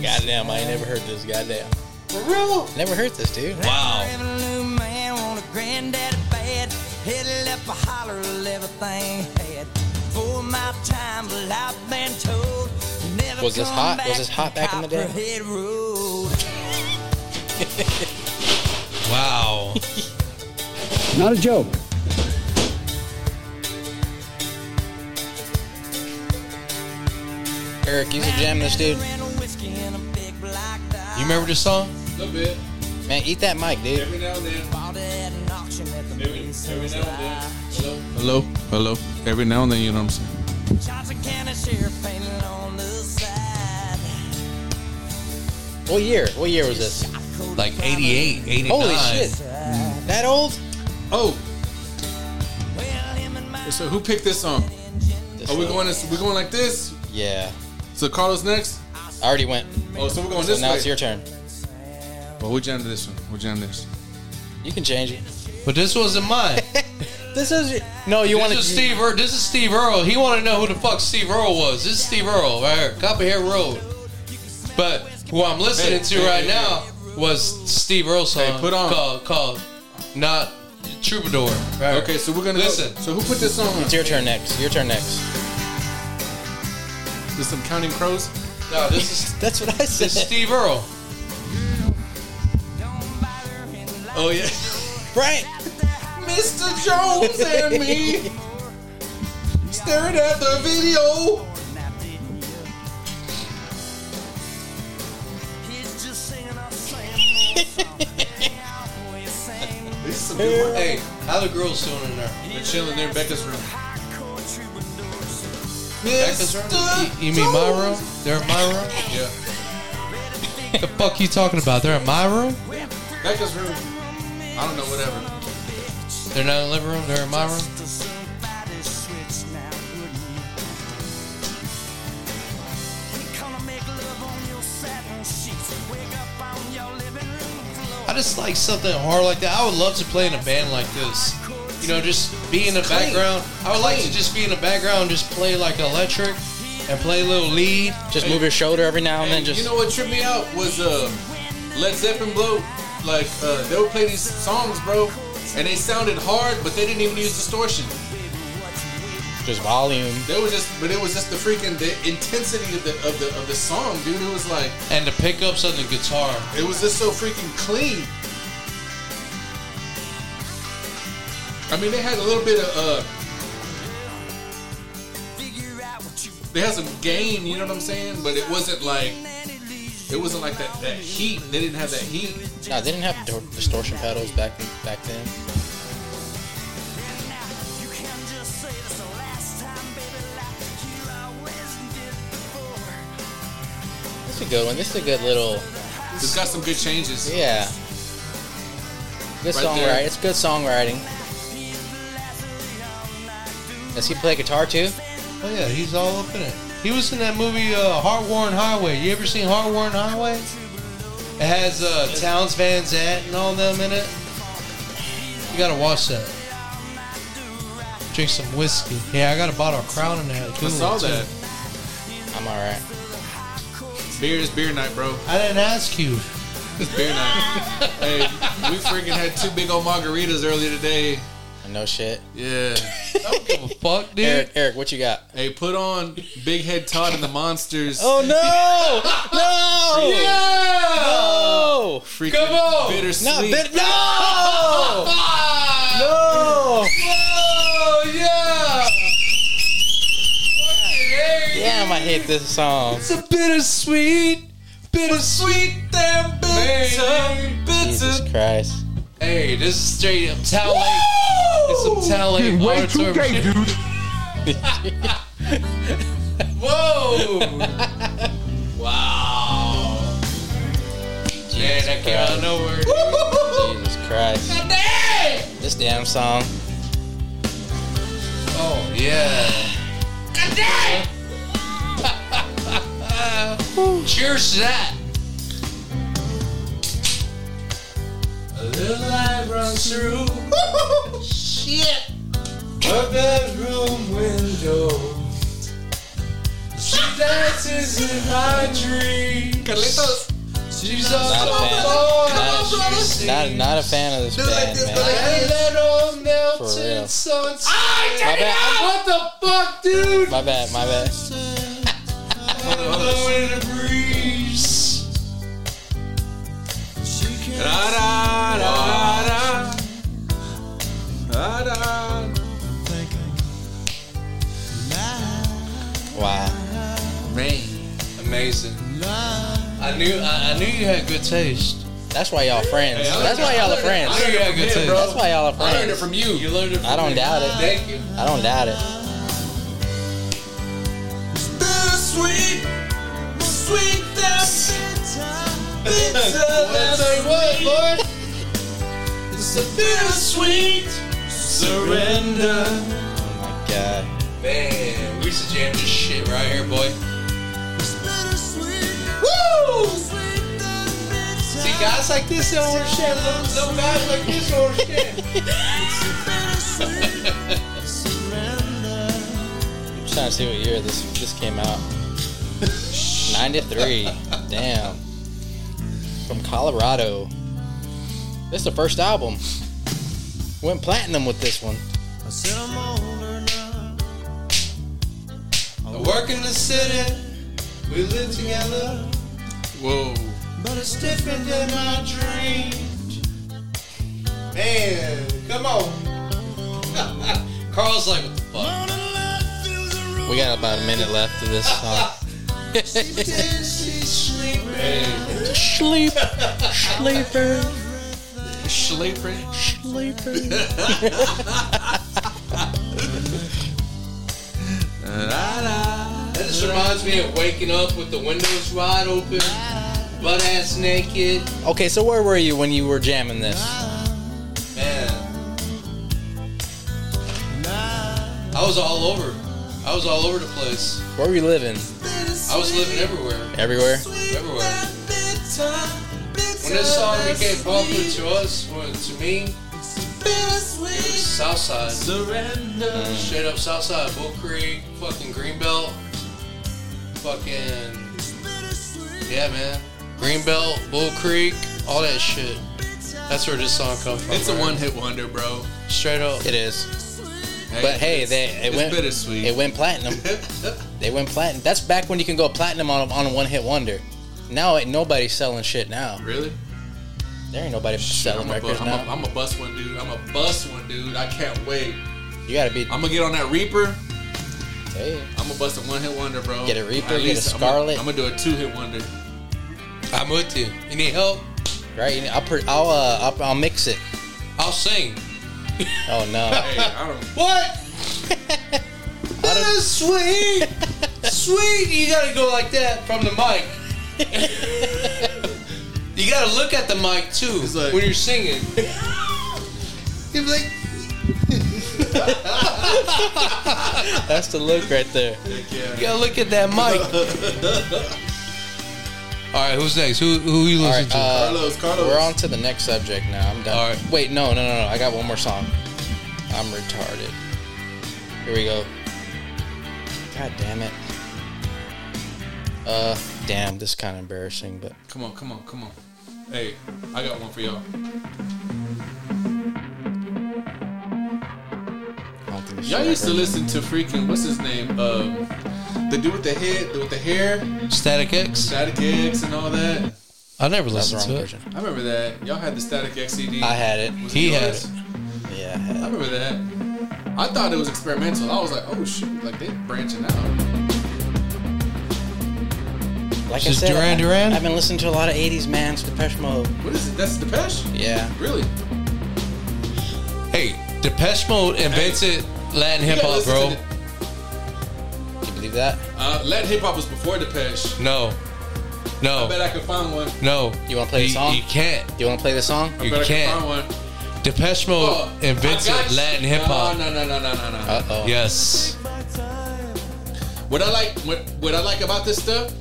Speaker 1: Goddamn, I ain't never heard this. Goddamn.
Speaker 2: For real?
Speaker 1: Never heard this, dude.
Speaker 2: Wow.
Speaker 1: Was this hot? Was this hot back in the day?
Speaker 2: Wow.
Speaker 10: Not a joke.
Speaker 1: Eric, you should jam this, dude.
Speaker 2: You remember this song?
Speaker 3: little bit.
Speaker 1: Man, eat that mic, dude.
Speaker 3: Every now and then. Every, every now and then. Hello? Hello? Hello? Every now and then, you know what I'm saying?
Speaker 1: What year? What year was this?
Speaker 2: Like 88, 89.
Speaker 1: Holy shit. That old?
Speaker 3: Oh! So who picked this song?
Speaker 1: This
Speaker 3: Are we
Speaker 1: old.
Speaker 3: going? This, we going like this?
Speaker 1: Yeah.
Speaker 3: So Carlos next.
Speaker 1: I already went.
Speaker 3: Oh, so we're going
Speaker 1: So
Speaker 3: this
Speaker 1: now
Speaker 3: way.
Speaker 1: it's your turn.
Speaker 3: But we jammed this one. We jammed this.
Speaker 1: You can change it.
Speaker 2: But this wasn't mine.
Speaker 1: This is no. You
Speaker 2: this
Speaker 1: want to
Speaker 2: is Steve. Earle. This is Steve Earle. He wanted to know who the fuck Steve Earle was. This is Steve Earle right here, Copperhead Road. But who I'm listening
Speaker 3: Hey,
Speaker 2: to
Speaker 3: hey,
Speaker 2: right
Speaker 3: hey,
Speaker 2: now was Steve Earle's song.
Speaker 3: Hey, put on.
Speaker 2: called, called not Troubadour. Right.
Speaker 3: Okay, so we're gonna go-
Speaker 2: listen.
Speaker 3: So who put this song on?
Speaker 1: It's your turn next. Your turn next.
Speaker 3: There's some Counting Crows.
Speaker 2: No, this is
Speaker 1: That's what I
Speaker 2: this is
Speaker 1: said.
Speaker 2: Steve Earle. Oh yeah,
Speaker 1: Right.
Speaker 3: Mr. Jones and me staring at the video. This is some good work.
Speaker 2: hey, how the girls doing in there?
Speaker 3: We're chilling there in Becca's room.
Speaker 2: Becca's room? You, you mean my room? They're in my room.
Speaker 3: Yeah.
Speaker 2: the fuck you talking about? They're in my room.
Speaker 3: Becca's room. I don't know, whatever.
Speaker 2: They're not in the living room. They're in my room. I just like something hard like that. I would love to play in a band like this. You know, just be in the background. I would like to just be in the background, and just play like electric and play a little lead.
Speaker 1: Just move your shoulder every now and then.
Speaker 3: And
Speaker 1: Just
Speaker 3: you know what tripped me out was uh, Led Zeppelin blow. Like uh, they would play these songs, bro, and they sounded hard, but they didn't even use distortion.
Speaker 1: just volume.
Speaker 3: They was just, but it was just the freaking the intensity of the of the of the song, dude. It was like
Speaker 2: And the pickups on the guitar.
Speaker 3: it was just so freaking clean. I mean, they had a little bit of uh, uh, they had some gain, you know what I'm saying? But it wasn't like it wasn't like that that heat. They didn't have that heat.
Speaker 1: No, they didn't have di- distortion pedals back back then. This is a good one. This is a good little
Speaker 3: It's got some good changes.
Speaker 1: yeah. Good
Speaker 3: Right
Speaker 1: songwriting.
Speaker 3: there.
Speaker 1: It's good songwriting. Does he play guitar too?
Speaker 2: Oh yeah, he's all up in it. He was in that movie uh, Heartworn Highway. You ever seen Heartworn Highway? It has uh, Towns Van Zant and all them in it. You gotta watch that. Drink some whiskey. Yeah, I got a bottle of Crown in there.
Speaker 3: I saw that.
Speaker 1: I'm all right.
Speaker 3: Beer is beer night, bro.
Speaker 2: I didn't ask you.
Speaker 3: It's beer night. hey, we freaking had two big old margaritas earlier today.
Speaker 1: I no shit.
Speaker 3: Yeah.
Speaker 2: I don't give a fuck, dude.
Speaker 1: Eric, Eric, what you got?
Speaker 3: hey, put on Big Head Todd and the Monsters.
Speaker 1: Oh no! No! No!
Speaker 3: freaking
Speaker 2: come on!
Speaker 1: Not
Speaker 3: bittersweet.
Speaker 1: bit- no!
Speaker 2: Ah!
Speaker 1: No!
Speaker 2: Oh yeah! Fucking A.
Speaker 1: Damn, I hate this song.
Speaker 2: It's a bittersweet, bittersweet, damn bitter,
Speaker 1: Jesus
Speaker 2: bitter.
Speaker 1: Christ.
Speaker 2: Hey, this is straight up Talay. It's some Talay auditorium. shit. Whoa! wow! Yeah, that came out of nowhere.
Speaker 1: Jesus Christ. This damn song.
Speaker 2: Oh yeah! Cheers to that! A little light runs through. Shit! Her bedroom window. She dances in my dreams.
Speaker 3: Carlitos.
Speaker 2: She's
Speaker 1: Not
Speaker 2: on
Speaker 1: a
Speaker 2: the
Speaker 1: fan.
Speaker 2: floor.
Speaker 1: Not, not, not a fan of this band, man.
Speaker 2: that old
Speaker 1: For real.
Speaker 2: melted sunset.
Speaker 1: My bad.
Speaker 2: What the fuck, dude?
Speaker 1: My bad. My bad.
Speaker 2: Blow in the breeze.
Speaker 3: Da, da, da, da. Da, da.
Speaker 1: Wow.
Speaker 2: Amazing. I knew I, I knew you had good taste.
Speaker 1: That's why y'all friends. That's why y'all are friends.
Speaker 2: I knew you had good taste.
Speaker 1: That's why y'all are
Speaker 3: I learned it
Speaker 1: friends.
Speaker 3: from you.
Speaker 2: You learned it from
Speaker 1: I don't
Speaker 2: me.
Speaker 1: doubt it.
Speaker 2: Thank you.
Speaker 1: I don't doubt it.
Speaker 2: I'll tell you what, boy? It's a bittersweet surrender.
Speaker 1: Oh my god.
Speaker 2: Man, we should jam this shit right here, boy. Woo! See, guys like this don't understand. Little, little guys like this don't understand.
Speaker 1: I'm trying to see what year this this came out. 93. Damn. From Colorado. This is the first album. Went platinum with this one.
Speaker 2: I work in the city. We live together.
Speaker 3: Whoa.
Speaker 2: But it's different than my dreams. Man, come on. Carl's like, what the fuck?
Speaker 1: We got about a minute left of this song.
Speaker 2: She's sleeping.
Speaker 1: Sleep, sleeper,
Speaker 3: Sleeping.
Speaker 1: sleeper.
Speaker 2: This reminds me of waking up with the windows wide open, butt ass naked.
Speaker 1: Okay, so where were you when you were jamming this?
Speaker 2: Man. I was all over. I was all over the place.
Speaker 1: Where were you living?
Speaker 2: I was living everywhere.
Speaker 1: Everywhere?
Speaker 2: Everywhere. When this song became popular to us, well, to me, it was Southside. Surrender. Straight up Southside, Bull Creek, fucking Greenbelt, fucking. Yeah, man. Greenbelt, Bull Creek, all that shit. That's where this song come from.
Speaker 3: It's a
Speaker 2: right?
Speaker 3: one hit wonder, bro.
Speaker 2: Straight up.
Speaker 1: It is. But hey, they it
Speaker 3: it's
Speaker 1: went
Speaker 3: bittersweet.
Speaker 1: It went platinum. they went platinum. That's back when you can go platinum on on a one hit wonder. Now ain't nobody selling shit now.
Speaker 3: really?
Speaker 1: There ain't nobody selling
Speaker 3: I'm a, bu-
Speaker 1: records
Speaker 3: I'm,
Speaker 1: now.
Speaker 3: a, I'm a bust one, dude. I'm a bust one, dude. I can't wait.
Speaker 1: you gotta be
Speaker 3: I'm gonna get on that Reaper.
Speaker 1: hey,
Speaker 3: I'm gonna bust a one hit wonder, bro.
Speaker 1: Get a Reaper,
Speaker 3: At
Speaker 1: get a
Speaker 3: least I'm gonna-
Speaker 1: Scarlet.
Speaker 3: I'm gonna do a two hit wonder.
Speaker 2: I'm with you. You need help?
Speaker 1: right. You know, I'll put I'll, uh, I'll I'll mix it.
Speaker 2: I'll sing.
Speaker 1: Oh no.
Speaker 3: Hey, I don't.
Speaker 2: What? sweet, sweet. You gotta go like that from the mic. you gotta look at the mic too
Speaker 3: It's like-
Speaker 2: when you're singing. You're like,
Speaker 1: That's the look right there.
Speaker 2: you gotta look at that mic. All right, who's next? Who who you
Speaker 1: All
Speaker 2: listening
Speaker 1: right, uh,
Speaker 3: Carlos, Carlos.
Speaker 1: we're on to the next subject now. I'm done.
Speaker 2: All right.
Speaker 1: Wait, no, no, no, no. I got one more song. I'm retarded. Here we go. God damn it. Uh, damn, this is kind of embarrassing, but
Speaker 3: Come on, come on, come on. Hey, I got one for y'all. Y'all used to listen to freaking what's his name? Uh, the dude with the head, with the hair,
Speaker 1: uh,
Speaker 2: Static X.
Speaker 3: Static X and all that.
Speaker 2: I never
Speaker 1: That's the
Speaker 2: listened
Speaker 1: wrong
Speaker 2: to it.
Speaker 1: version.
Speaker 3: I remember that. Y'all had the Static X CD.
Speaker 1: I had it.
Speaker 3: Was
Speaker 2: He had
Speaker 3: yours?
Speaker 2: it.
Speaker 1: Yeah, I had
Speaker 3: I
Speaker 1: it.
Speaker 3: remember that. I thought it was experimental. I was like, oh shoot, like they branching out.
Speaker 1: Like
Speaker 2: Just
Speaker 1: I said,
Speaker 2: Duran
Speaker 1: I-
Speaker 2: Duran?
Speaker 1: I've been listening to a lot of '80s man, Depeche Mode.
Speaker 3: What is it? That's Depeche?
Speaker 1: Yeah,
Speaker 3: Really?
Speaker 2: Hey, Depeche Mode invented Latin hip
Speaker 3: You gotta
Speaker 2: hop,
Speaker 3: listen
Speaker 2: bro.
Speaker 3: to the-
Speaker 1: can you believe that?
Speaker 3: Uh, Latin hip hop was before Depeche.
Speaker 2: No,
Speaker 3: I bet
Speaker 2: no,
Speaker 3: I could find one.
Speaker 2: no.
Speaker 1: You wanna play the
Speaker 2: You-
Speaker 1: song?
Speaker 2: You can't.
Speaker 1: Do you want to play the song?
Speaker 3: I
Speaker 2: You
Speaker 3: bet I could
Speaker 2: can't.
Speaker 3: find one.
Speaker 2: Depeche Mode
Speaker 3: Oh, I got
Speaker 2: invented
Speaker 3: you.
Speaker 2: Latin hip hop.
Speaker 3: No, no, no, no, no, no. no.
Speaker 1: Uh oh.
Speaker 2: Yes.
Speaker 3: What I like, what, what I like about this stuff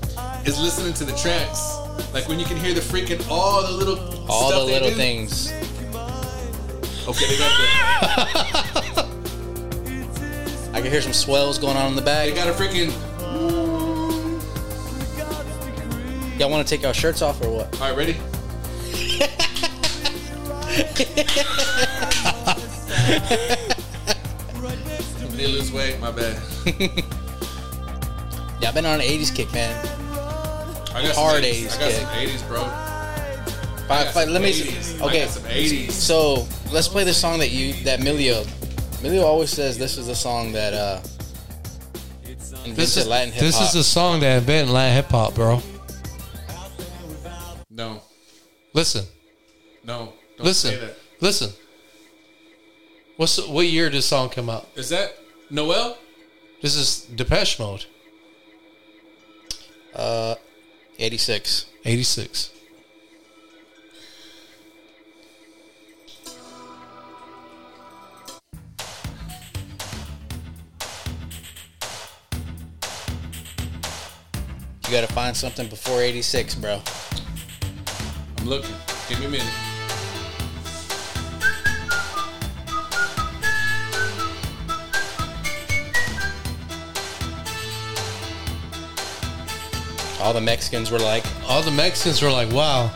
Speaker 3: is listening to the tracks. Like when you can hear the freaking all the little
Speaker 1: All
Speaker 3: stuff
Speaker 1: the
Speaker 3: they
Speaker 1: little
Speaker 3: do.
Speaker 1: things.
Speaker 3: Okay, they got the,
Speaker 1: I can hear some swells going on in the
Speaker 3: they
Speaker 1: back.
Speaker 3: got a freaking.
Speaker 1: Y'all want to take y'all shirts off or what?
Speaker 3: All right, ready? I did lose weight. My bad.
Speaker 1: Yeah, I've been on an '80s kick, man.
Speaker 3: I got
Speaker 1: Hard
Speaker 3: some 80s.
Speaker 1: 80s
Speaker 3: I got
Speaker 1: kick.
Speaker 3: some 80s, bro. I
Speaker 1: Five,
Speaker 3: got
Speaker 1: five,
Speaker 3: some
Speaker 1: let me.
Speaker 3: 80s. I
Speaker 1: Okay.
Speaker 3: got some 80s.
Speaker 1: So let's play this song that you that Milio. Milio always says this is the song that uh. Invented
Speaker 2: This is
Speaker 1: Latin hip
Speaker 2: this is the song that invented Latin hip hop, bro.
Speaker 3: No,
Speaker 2: Listen,
Speaker 3: no. Don't
Speaker 2: listen,
Speaker 3: Say that.
Speaker 2: listen. What's the- what year did this song come out?
Speaker 3: Is that Noel?
Speaker 2: This is Depeche Mode,
Speaker 1: '86.
Speaker 2: eighty six.
Speaker 1: You gotta find something before '86, bro.
Speaker 3: I'm looking. Give me a minute.
Speaker 1: All the Mexicans were like,
Speaker 2: All the Mexicans were like, "Wow,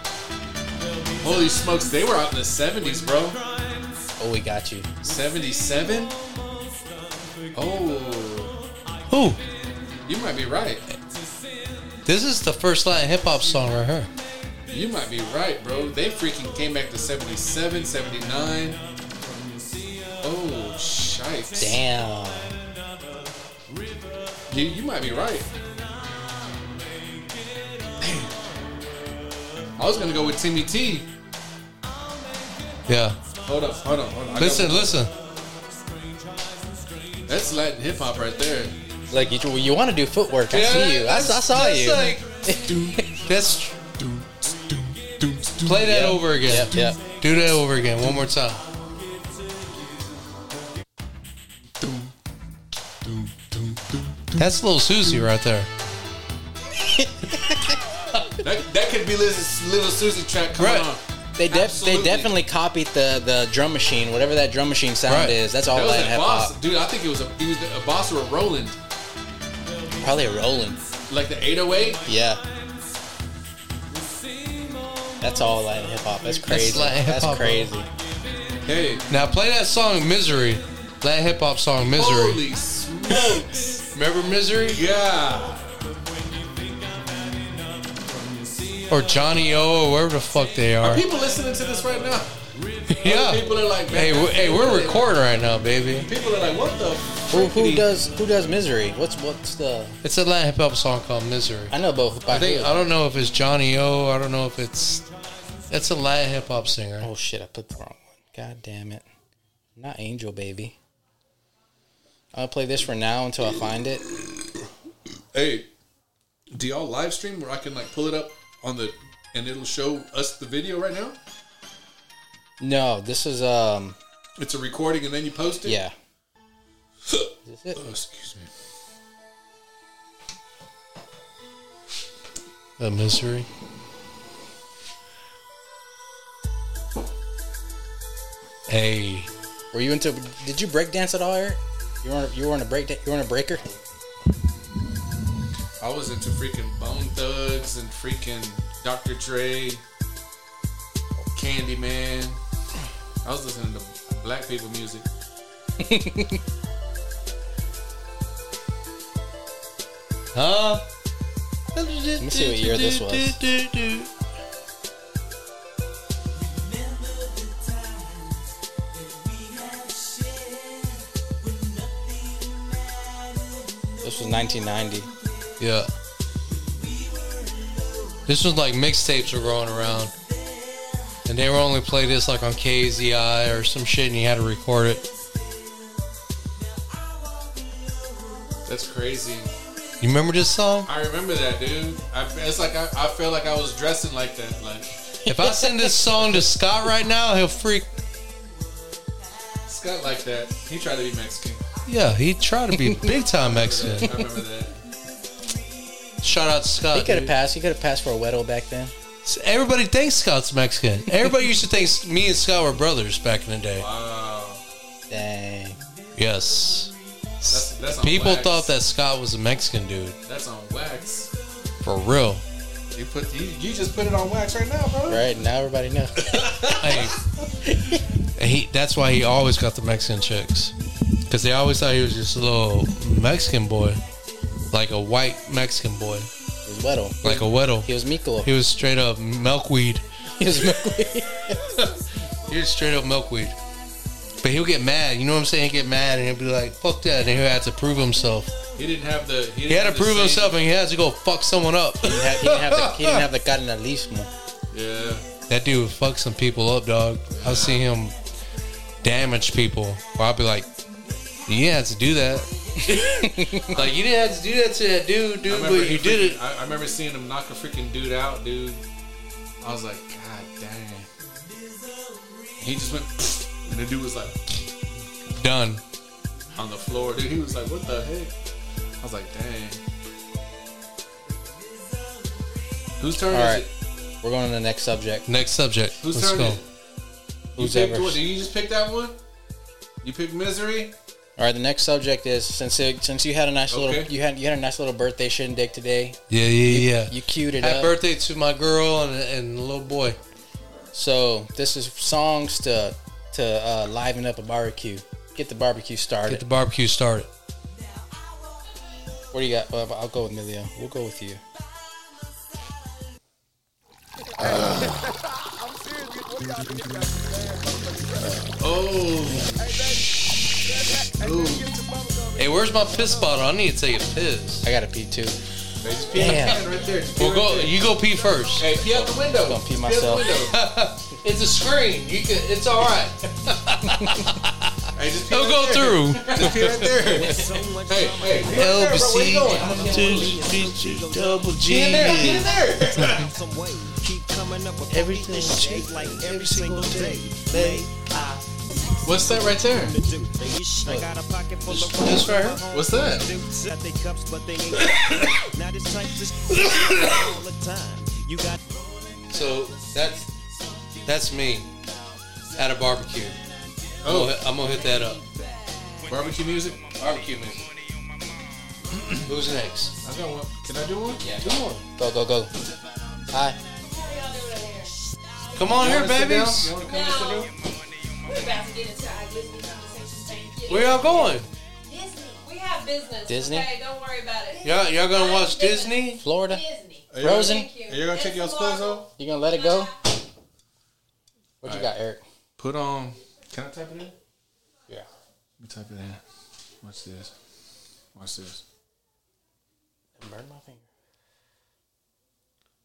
Speaker 3: Holy smokes, they were out in the 70s, bro.
Speaker 1: "Oh, we got you."
Speaker 3: 77? Oh,
Speaker 2: who?
Speaker 3: you might be right.
Speaker 2: This is the first Latin hip hop song right here."
Speaker 3: You might be right, bro. They freaking came back to 77, 79. Oh, shite.
Speaker 1: Damn.
Speaker 3: You, you might be right. Damn. I was going to go with Timmy T.
Speaker 2: Yeah.
Speaker 3: Hold up, hold up, hold up.
Speaker 2: Listen, listen.
Speaker 3: That's Latin hip hop right there.
Speaker 1: Look, you, you want to do footwork? I
Speaker 2: Yeah,
Speaker 1: see you. I, I
Speaker 2: that's-
Speaker 1: saw
Speaker 2: that's
Speaker 1: you.
Speaker 2: like- That's play that over again.
Speaker 1: Yep, yep.
Speaker 2: Do that over again one more time. That's little Susie right there.
Speaker 3: That, that could be Liz's Little Susie track. Come
Speaker 2: Right.
Speaker 3: on.
Speaker 1: They, def- they
Speaker 3: Absolutely.
Speaker 1: definitely copied the, the drum machine, whatever that drum machine sound
Speaker 2: Right.
Speaker 1: is. That's all
Speaker 3: That was
Speaker 1: Latin
Speaker 3: that
Speaker 1: hip
Speaker 3: boss,
Speaker 1: hop.
Speaker 3: dude. I think it was a he was a boss or a Roland,
Speaker 1: Probably a Roland.
Speaker 3: like the 808.
Speaker 1: Yeah. That's all Latin hip hop. That's crazy. That's,
Speaker 2: Latin hip hop, bro.
Speaker 1: crazy.
Speaker 3: Hey,
Speaker 2: Now play that song "Misery," that hip hop song "Misery."
Speaker 3: holy smokes!
Speaker 2: Remember "Misery"
Speaker 3: yeah,
Speaker 2: or Johnny O or wherever the fuck they
Speaker 3: are
Speaker 2: are.
Speaker 3: people listening to this right now?
Speaker 2: Yeah.
Speaker 3: people are like, man,
Speaker 2: Hey, we,
Speaker 3: that's
Speaker 2: hey, we're
Speaker 3: really-
Speaker 2: recording right now, baby.
Speaker 3: People are like, what the?
Speaker 1: Who, who
Speaker 3: frickity-
Speaker 1: does who does misery? What's what's the?
Speaker 2: It's a Latin hip hop song called "Misery."
Speaker 1: I know both.
Speaker 2: I think I don't know if it's Johnny O. I don't know if it's. It's a Latin hip hop singer.
Speaker 1: Oh shit! I put the wrong one. God damn it! Not Angel Baby. I'll play this for now until I find it.
Speaker 3: Hey, do y'all live stream where I can like pull it up on the and it'll show us the video right now?
Speaker 1: No, this is um.
Speaker 3: It's a recording and then you post it.
Speaker 1: Yeah.
Speaker 3: Oh,
Speaker 1: Is this it?
Speaker 3: excuse me.
Speaker 2: The misery. Hey,
Speaker 1: Were you into? Did you break dance at all, Eric? You weren't. You weren't a break. da- You weren't a breaker.
Speaker 3: I was into freaking Bone Thugs and freaking Dr. Dre, Candyman. I was listening to black people music.
Speaker 2: Huh?
Speaker 1: me see what year this was. This was 1990.
Speaker 2: Yeah. This was like mixtapes were going around. And they were only play this like on KZI or some shit and you had to record it.
Speaker 3: That's crazy.
Speaker 2: You remember this song?
Speaker 3: I remember that, dude. I, it's like I, I feel like I was dressing like that. Like
Speaker 2: If I send this song to Scott right now, he'll freak.
Speaker 3: Scott, like that. He tried to be Mexican.
Speaker 2: Yeah, he tried to be big time
Speaker 3: I
Speaker 2: Mexican.
Speaker 3: remember that.
Speaker 2: Shout out to
Speaker 1: He
Speaker 2: Scott.
Speaker 1: could have
Speaker 2: Uh, dude.
Speaker 1: passed. He could have passed for a Weddle back then.
Speaker 2: Everybody thinks Scott's Mexican. Everybody used to think me and Scott were brothers back in the day.
Speaker 3: Wow,
Speaker 1: Dang.
Speaker 2: Yes.
Speaker 3: that's that's on
Speaker 2: People
Speaker 3: wax.
Speaker 2: thought that Scott was a Mexican dude.
Speaker 3: That's on wax.
Speaker 2: For real.
Speaker 3: You put you, you just put it on wax right now, bro.
Speaker 1: Right now, everybody knows.
Speaker 2: Hey. he that's why he always got the Mexican chicks. Cause they always thought he was just a little Mexican boy. Like a white Mexican boy.
Speaker 1: It was Weddle.
Speaker 2: Like a Weddle.
Speaker 1: He was Mikolo.
Speaker 2: He was straight up milkweed.
Speaker 1: He was Mikolo.
Speaker 2: He was straight up milkweed. But he'll get mad, you know what I'm saying? He'll get mad and he'll be like, fuck that. And he'll have to prove himself.
Speaker 3: He didn't have the. He, didn't
Speaker 2: He had to
Speaker 3: have the
Speaker 2: prove
Speaker 3: same-
Speaker 2: himself and he has to go fuck someone up.
Speaker 1: He didn't have- he didn't have the- he didn't have the carnalismo.
Speaker 3: Yeah,
Speaker 2: That dude would fuck some people up, dog. I've seen him damage people. Where I'll be like, you didn't have to do that. like, you didn't have to do that to that dude,
Speaker 3: I
Speaker 2: dude,
Speaker 3: remember
Speaker 2: but
Speaker 3: he
Speaker 2: you did
Speaker 3: freaking-
Speaker 2: it.
Speaker 3: I, I remember seeing him knock a freaking dude out, dude. I was like, God dang. He just went, and the dude was like
Speaker 2: Done.
Speaker 3: on the floor, dude. He was like, What the heck? I was like, Dang. Whose turn
Speaker 1: All
Speaker 3: is
Speaker 1: right.
Speaker 3: it?
Speaker 1: We're going to the next subject.
Speaker 2: Next subject.
Speaker 3: Whose
Speaker 2: Let's
Speaker 3: turn
Speaker 2: go.
Speaker 3: is it? You
Speaker 1: Who's
Speaker 3: picked
Speaker 1: ever-
Speaker 3: one. Did you just pick that one? You picked misery.
Speaker 1: All right, the next subject is since it, since you had a nice
Speaker 3: Okay.
Speaker 1: little you had you had a nice little birthday shindig today.
Speaker 2: Yeah, yeah, yeah.
Speaker 1: You queued it
Speaker 2: Happy
Speaker 1: up.
Speaker 2: birthday to my girl and, and the little boy.
Speaker 1: So this is songs to to uh, liven up a barbecue. Get the barbecue started.
Speaker 2: Get the barbecue started.
Speaker 1: what do you got? Well, I'll go with Milio. We'll go with you.
Speaker 3: Oh,
Speaker 2: Hey, where's my piss bottle? I need to take a piss.
Speaker 1: I got to pee too.
Speaker 3: they just peed
Speaker 1: Damn.
Speaker 3: Damn. right there. Just pee
Speaker 2: Well,
Speaker 3: right
Speaker 2: go.
Speaker 3: there.
Speaker 2: You go pee first.
Speaker 3: Hey, pee out the window.
Speaker 1: Gonna pee
Speaker 3: out the
Speaker 1: myself.
Speaker 3: window.
Speaker 2: It's a screen. You can. It's all right.
Speaker 3: Hey, just pee
Speaker 2: It'll
Speaker 3: right
Speaker 2: go
Speaker 3: there.
Speaker 2: through.
Speaker 3: Just pee right there. hey, hey, pee right there, bro. Where you going?
Speaker 2: LBC double
Speaker 3: Pee in there. Pee
Speaker 2: G.
Speaker 3: in there.
Speaker 2: Everything shake like every single day. What's that right there? This right here?
Speaker 3: What's that?
Speaker 2: So that's that's me at a barbecue. I'm gonna,
Speaker 3: Oh,
Speaker 2: hit- I'm gonna hit that up.
Speaker 3: barbecue music.
Speaker 2: Barbecue music. Who's next?
Speaker 3: I got one. Can I do one?
Speaker 1: Yeah.
Speaker 3: do one.
Speaker 1: Go go go. Hi.
Speaker 2: Come on here, babies.
Speaker 3: You want to come and sit down?
Speaker 6: We're about to get into our Disney conversation.
Speaker 2: Where y'all going?
Speaker 6: Disney. We have business.
Speaker 1: Disney?
Speaker 6: Okay, don't worry about it.
Speaker 2: Y'all y'all gonna watch Disney?
Speaker 1: Florida.
Speaker 6: Disney.
Speaker 3: Are you-
Speaker 1: Frozen.
Speaker 6: Thank you.
Speaker 3: Are you gonna take
Speaker 6: It's
Speaker 3: y'all's clothes
Speaker 6: Florida.
Speaker 3: off?
Speaker 1: You gonna let it go? What you got, Eric?
Speaker 3: Put on. Can I type it in? Let
Speaker 1: Yeah.
Speaker 3: me type it in. Watch this. Watch this.
Speaker 1: Burn my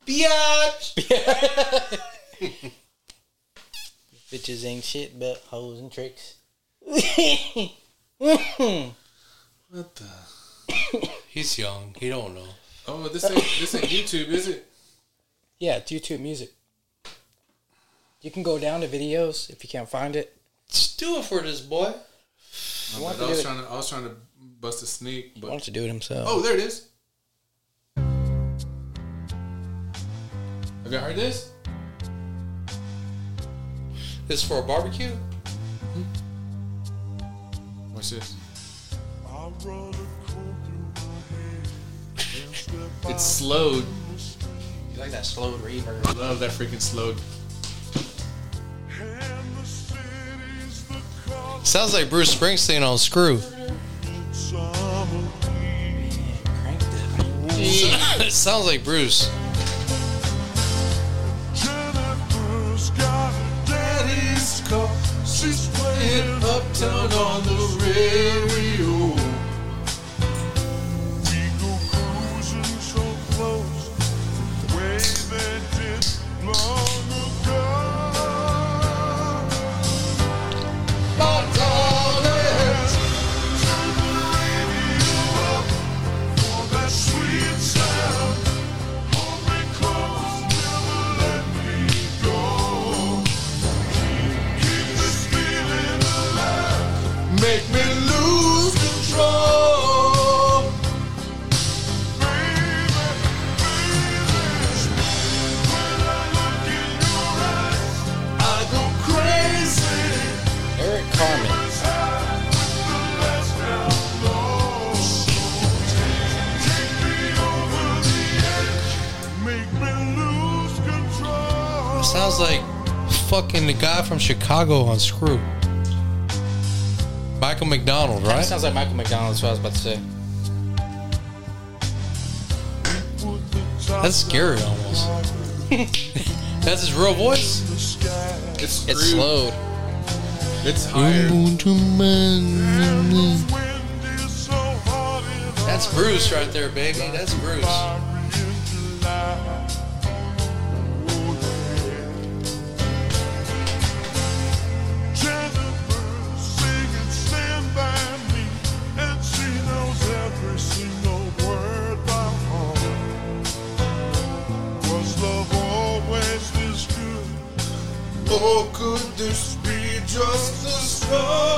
Speaker 1: finger.
Speaker 2: Biatch.
Speaker 1: Bitches ain't shit but hoes and tricks.
Speaker 3: What the?
Speaker 2: He's young. He don't know.
Speaker 3: Oh, this ain't this ain't YouTube, is it?
Speaker 1: Yeah, it's YouTube music. You can go down to videos if you can't find it.
Speaker 2: Just do it for this boy.
Speaker 1: You want
Speaker 3: I
Speaker 1: to do
Speaker 3: was
Speaker 1: it.
Speaker 3: trying to I was trying to bust a sneak,
Speaker 1: Why
Speaker 3: but
Speaker 1: don't you do it himself?
Speaker 3: oh, there it is. Have you heard this?
Speaker 2: This for a barbecue.
Speaker 3: Watch this. It's slowed.
Speaker 1: you like that slow reverb?
Speaker 3: I love that freaking slowed.
Speaker 2: Sounds like Bruce Springsteen on Screw.
Speaker 1: Cranked it.
Speaker 2: it sounds like Bruce.
Speaker 3: She's playing uptown on the radio. Make me lose control. I go crazy.
Speaker 1: Eric Carmen.
Speaker 2: It sounds like fucking the guy from Chicago on Screw. Michael McDonald,
Speaker 1: That
Speaker 2: right?
Speaker 1: sounds like Michael McDonald. That's what I was about to say.
Speaker 2: That's scary almost. That's his real voice.
Speaker 3: It's,
Speaker 1: It's
Speaker 3: screwed.
Speaker 1: slowed.
Speaker 3: It's higher.
Speaker 2: That's Bruce right there, baby. That's Bruce.
Speaker 3: Or could this be just the start?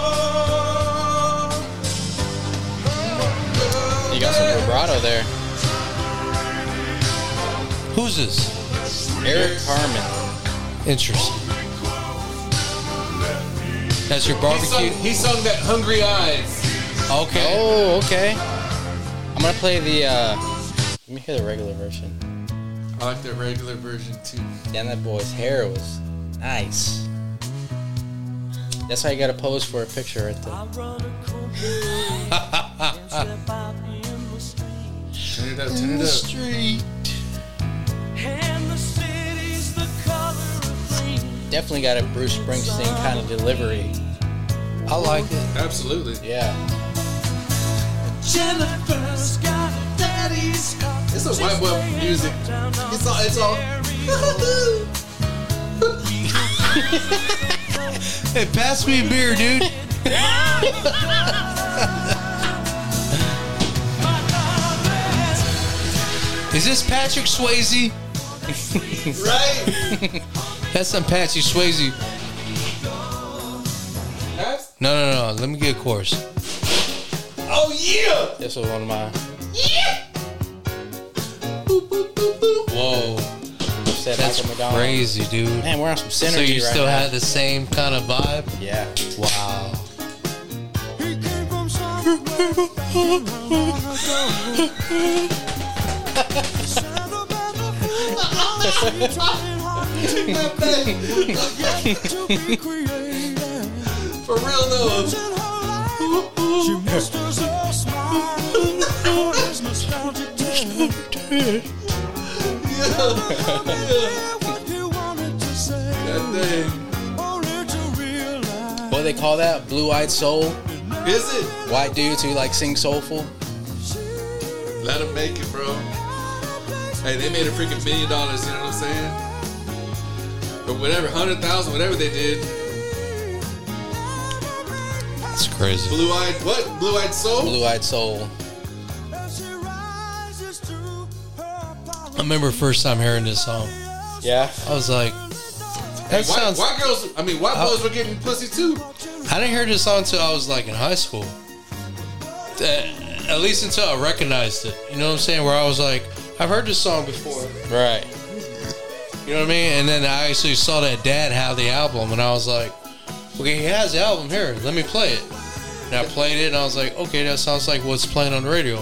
Speaker 1: You got some vibrato there.
Speaker 2: Who's this?
Speaker 1: Eric Carmen.
Speaker 2: Interesting. That's your
Speaker 3: He sung,
Speaker 2: barbecue.
Speaker 3: he sung that Hungry Eyes.
Speaker 2: Okay.
Speaker 1: Oh, okay. I'm gonna play the. uh Let me hear the regular version.
Speaker 3: I like the regular version too.
Speaker 1: Damn, that boy's hair was nice. That's how you gotta pose for a picture right there.
Speaker 3: Turn it up, turn it up.
Speaker 2: Street.
Speaker 1: Definitely got a Bruce Springsteen kind of delivery.
Speaker 2: I like it.
Speaker 3: Absolutely.
Speaker 1: Yeah.
Speaker 3: It's a white boy music. It's all. It's all.
Speaker 2: Hey, pass me a beer, dude. Is this Patrick Swayze?
Speaker 3: right.
Speaker 2: That's some Patrick Swayze.
Speaker 3: That's-
Speaker 2: No, no, no. Let me get a course.
Speaker 3: oh yeah.
Speaker 1: This was one of my.
Speaker 2: Whoa,
Speaker 1: Said
Speaker 2: that's
Speaker 1: Michael McDonald.
Speaker 2: crazy, dude.
Speaker 1: Man, we're on some synergy
Speaker 2: So you
Speaker 1: right
Speaker 2: still
Speaker 1: now.
Speaker 2: had the same kind of vibe?
Speaker 1: Yeah.
Speaker 2: Wow.
Speaker 3: For real though. That thing.
Speaker 1: What do they call that? Blue-eyed soul.
Speaker 3: Is it?
Speaker 1: White dudes who like sing soulful.
Speaker 3: Let them make it, bro. Hey, they made a freaking million dollars. You know what I'm saying? Or whatever, hundred thousand, whatever they did.
Speaker 2: That's crazy.
Speaker 3: Blue eyed, what? Blue eyed soul?
Speaker 1: Blue-eyed soul.
Speaker 2: I remember first time hearing this song.
Speaker 1: Yeah.
Speaker 2: I was like,
Speaker 3: Hey,
Speaker 2: that
Speaker 3: white,
Speaker 2: sounds.
Speaker 3: white girls. I mean, white
Speaker 1: Uh,
Speaker 2: Oh.
Speaker 3: boys were getting pussy too.
Speaker 2: I didn't hear this song until I was like in high school. Uh, At least until I recognized it. You know what I'm saying? Where I was like, I've heard this song before.
Speaker 1: Right.
Speaker 2: You know what I mean? And then I actually saw that dad have the album, and I was like, okay, he has the album here. Let me play it. And I played it, and I was like, okay, that sounds like what's playing on the radio.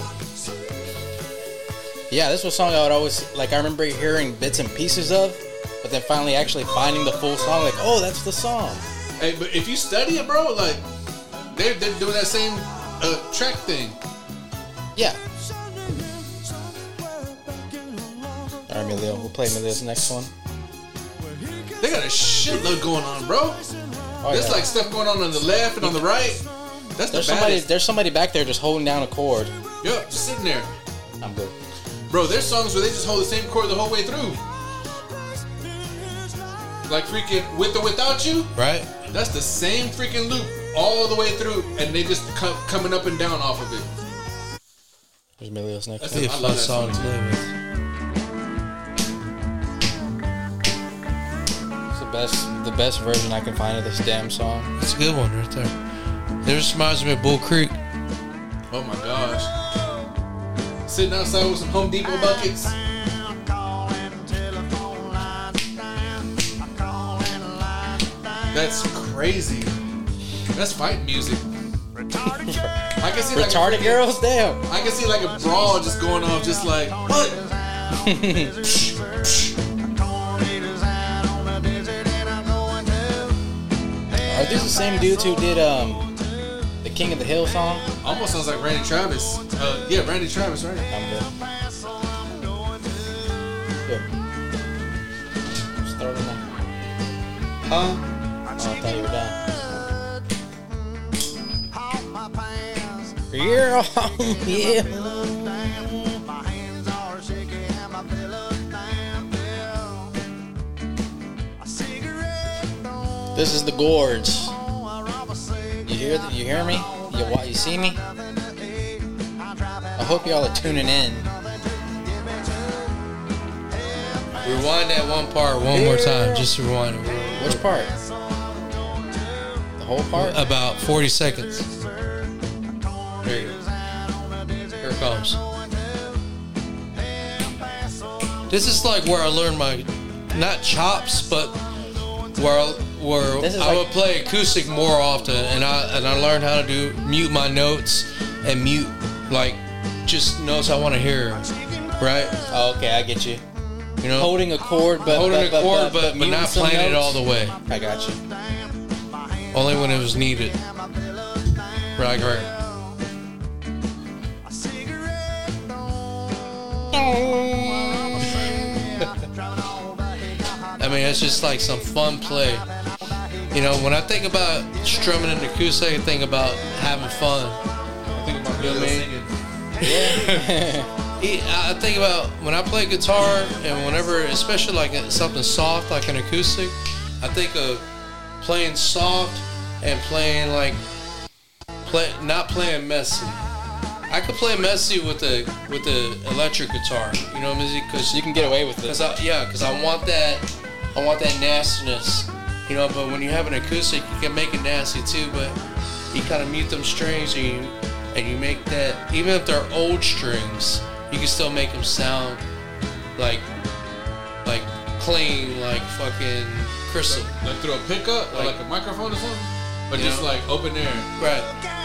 Speaker 1: Yeah, this was a song I would always like. I remember hearing bits and pieces of, but then finally actually finding the full song. Like, oh, that's the song.
Speaker 3: Hey, but if you study it, bro, like they they're doing that same uh, track thing.
Speaker 1: Yeah. All right, Emilio, we'll play Emilio's next one.
Speaker 3: They got a shitload going on, bro.
Speaker 1: Oh,
Speaker 3: There's
Speaker 1: yeah.
Speaker 3: like stuff going on on the left and on the right. That's the
Speaker 1: there's somebody,
Speaker 3: baddest.
Speaker 1: there's somebody back there just holding down a chord.
Speaker 3: Yup, just sitting there.
Speaker 1: I'm good.
Speaker 3: Bro, there's songs where they just hold the same chord the whole way through. Like freaking with or without you,
Speaker 2: Right?
Speaker 3: that's the same freaking loop all the way through, and they just co- coming up and down off of it.
Speaker 1: There's Emilio's next
Speaker 3: That's
Speaker 1: one.
Speaker 2: Be a
Speaker 3: I
Speaker 2: fun
Speaker 3: love that
Speaker 2: song to
Speaker 3: song,
Speaker 2: play with.
Speaker 1: It's the best, the best version I can find of this damn song.
Speaker 2: That's a good one right there. It just reminds me of Bull Creek.
Speaker 3: Oh my gosh. Sitting outside with some Home Depot buckets. That's crazy. That's fight music. I can see like a
Speaker 1: Retarded
Speaker 3: freaking-
Speaker 1: girls, damn.
Speaker 3: I can see like a brawl just going off, just like what?
Speaker 1: Are these the same dudes who did um the King of the Hill song?
Speaker 3: Almost sounds like Randy Travis. Uh, yeah, Randy Travis, right?
Speaker 1: I'm good. Good. Just throw them out.
Speaker 3: Huh?
Speaker 1: Oh, I thought you were done. Yeah, yeah. This is the gorge. You hear? th- You hear me? You wa- You see me? I hope y'all are tuning in.
Speaker 2: Rewind that one part one more time. Just to rewind it.
Speaker 1: Which part? The whole part?
Speaker 2: About 40 seconds. There you go. Here it comes. This is like where I learned my, not chops, but where I, where
Speaker 1: This is
Speaker 2: I
Speaker 1: like-
Speaker 2: would play acoustic more often, and I and I learned how to do mute my notes and mute like just notes I want to hear, right?
Speaker 1: Oh, okay, I get you.
Speaker 2: You know,
Speaker 1: Holding a chord, but
Speaker 2: holding
Speaker 1: but,
Speaker 2: a chord, but, but,
Speaker 1: muting
Speaker 2: not
Speaker 1: some
Speaker 2: playing it
Speaker 1: notes?
Speaker 2: all the way.
Speaker 1: I got you.
Speaker 2: Only when it was needed. Right, right. I mean, it's just like some fun play. You know, when I think about strumming an acoustic, I think about having fun.
Speaker 3: I think about
Speaker 2: You know what I mean?
Speaker 3: singing.
Speaker 2: E- I think about when I play guitar and whenever, especially like something soft, like an acoustic, I think of playing soft and playing like, play, not playing messy. I could play messy with the with the electric guitar, you know what I mean? Because
Speaker 1: You can get away with
Speaker 2: Cause
Speaker 1: it.
Speaker 2: I, yeah, cause I want that, I want that nastiness, you know. But when you have an acoustic, you can make it nasty too. But you kind of mute them strings, and you and you make that even if they're old strings, you can still make them sound like like clean, like fucking crystal,
Speaker 3: Like through a pickup, or
Speaker 2: Like-
Speaker 3: like a microphone or something, but
Speaker 2: You
Speaker 3: just
Speaker 2: know?
Speaker 3: like open air.
Speaker 2: right?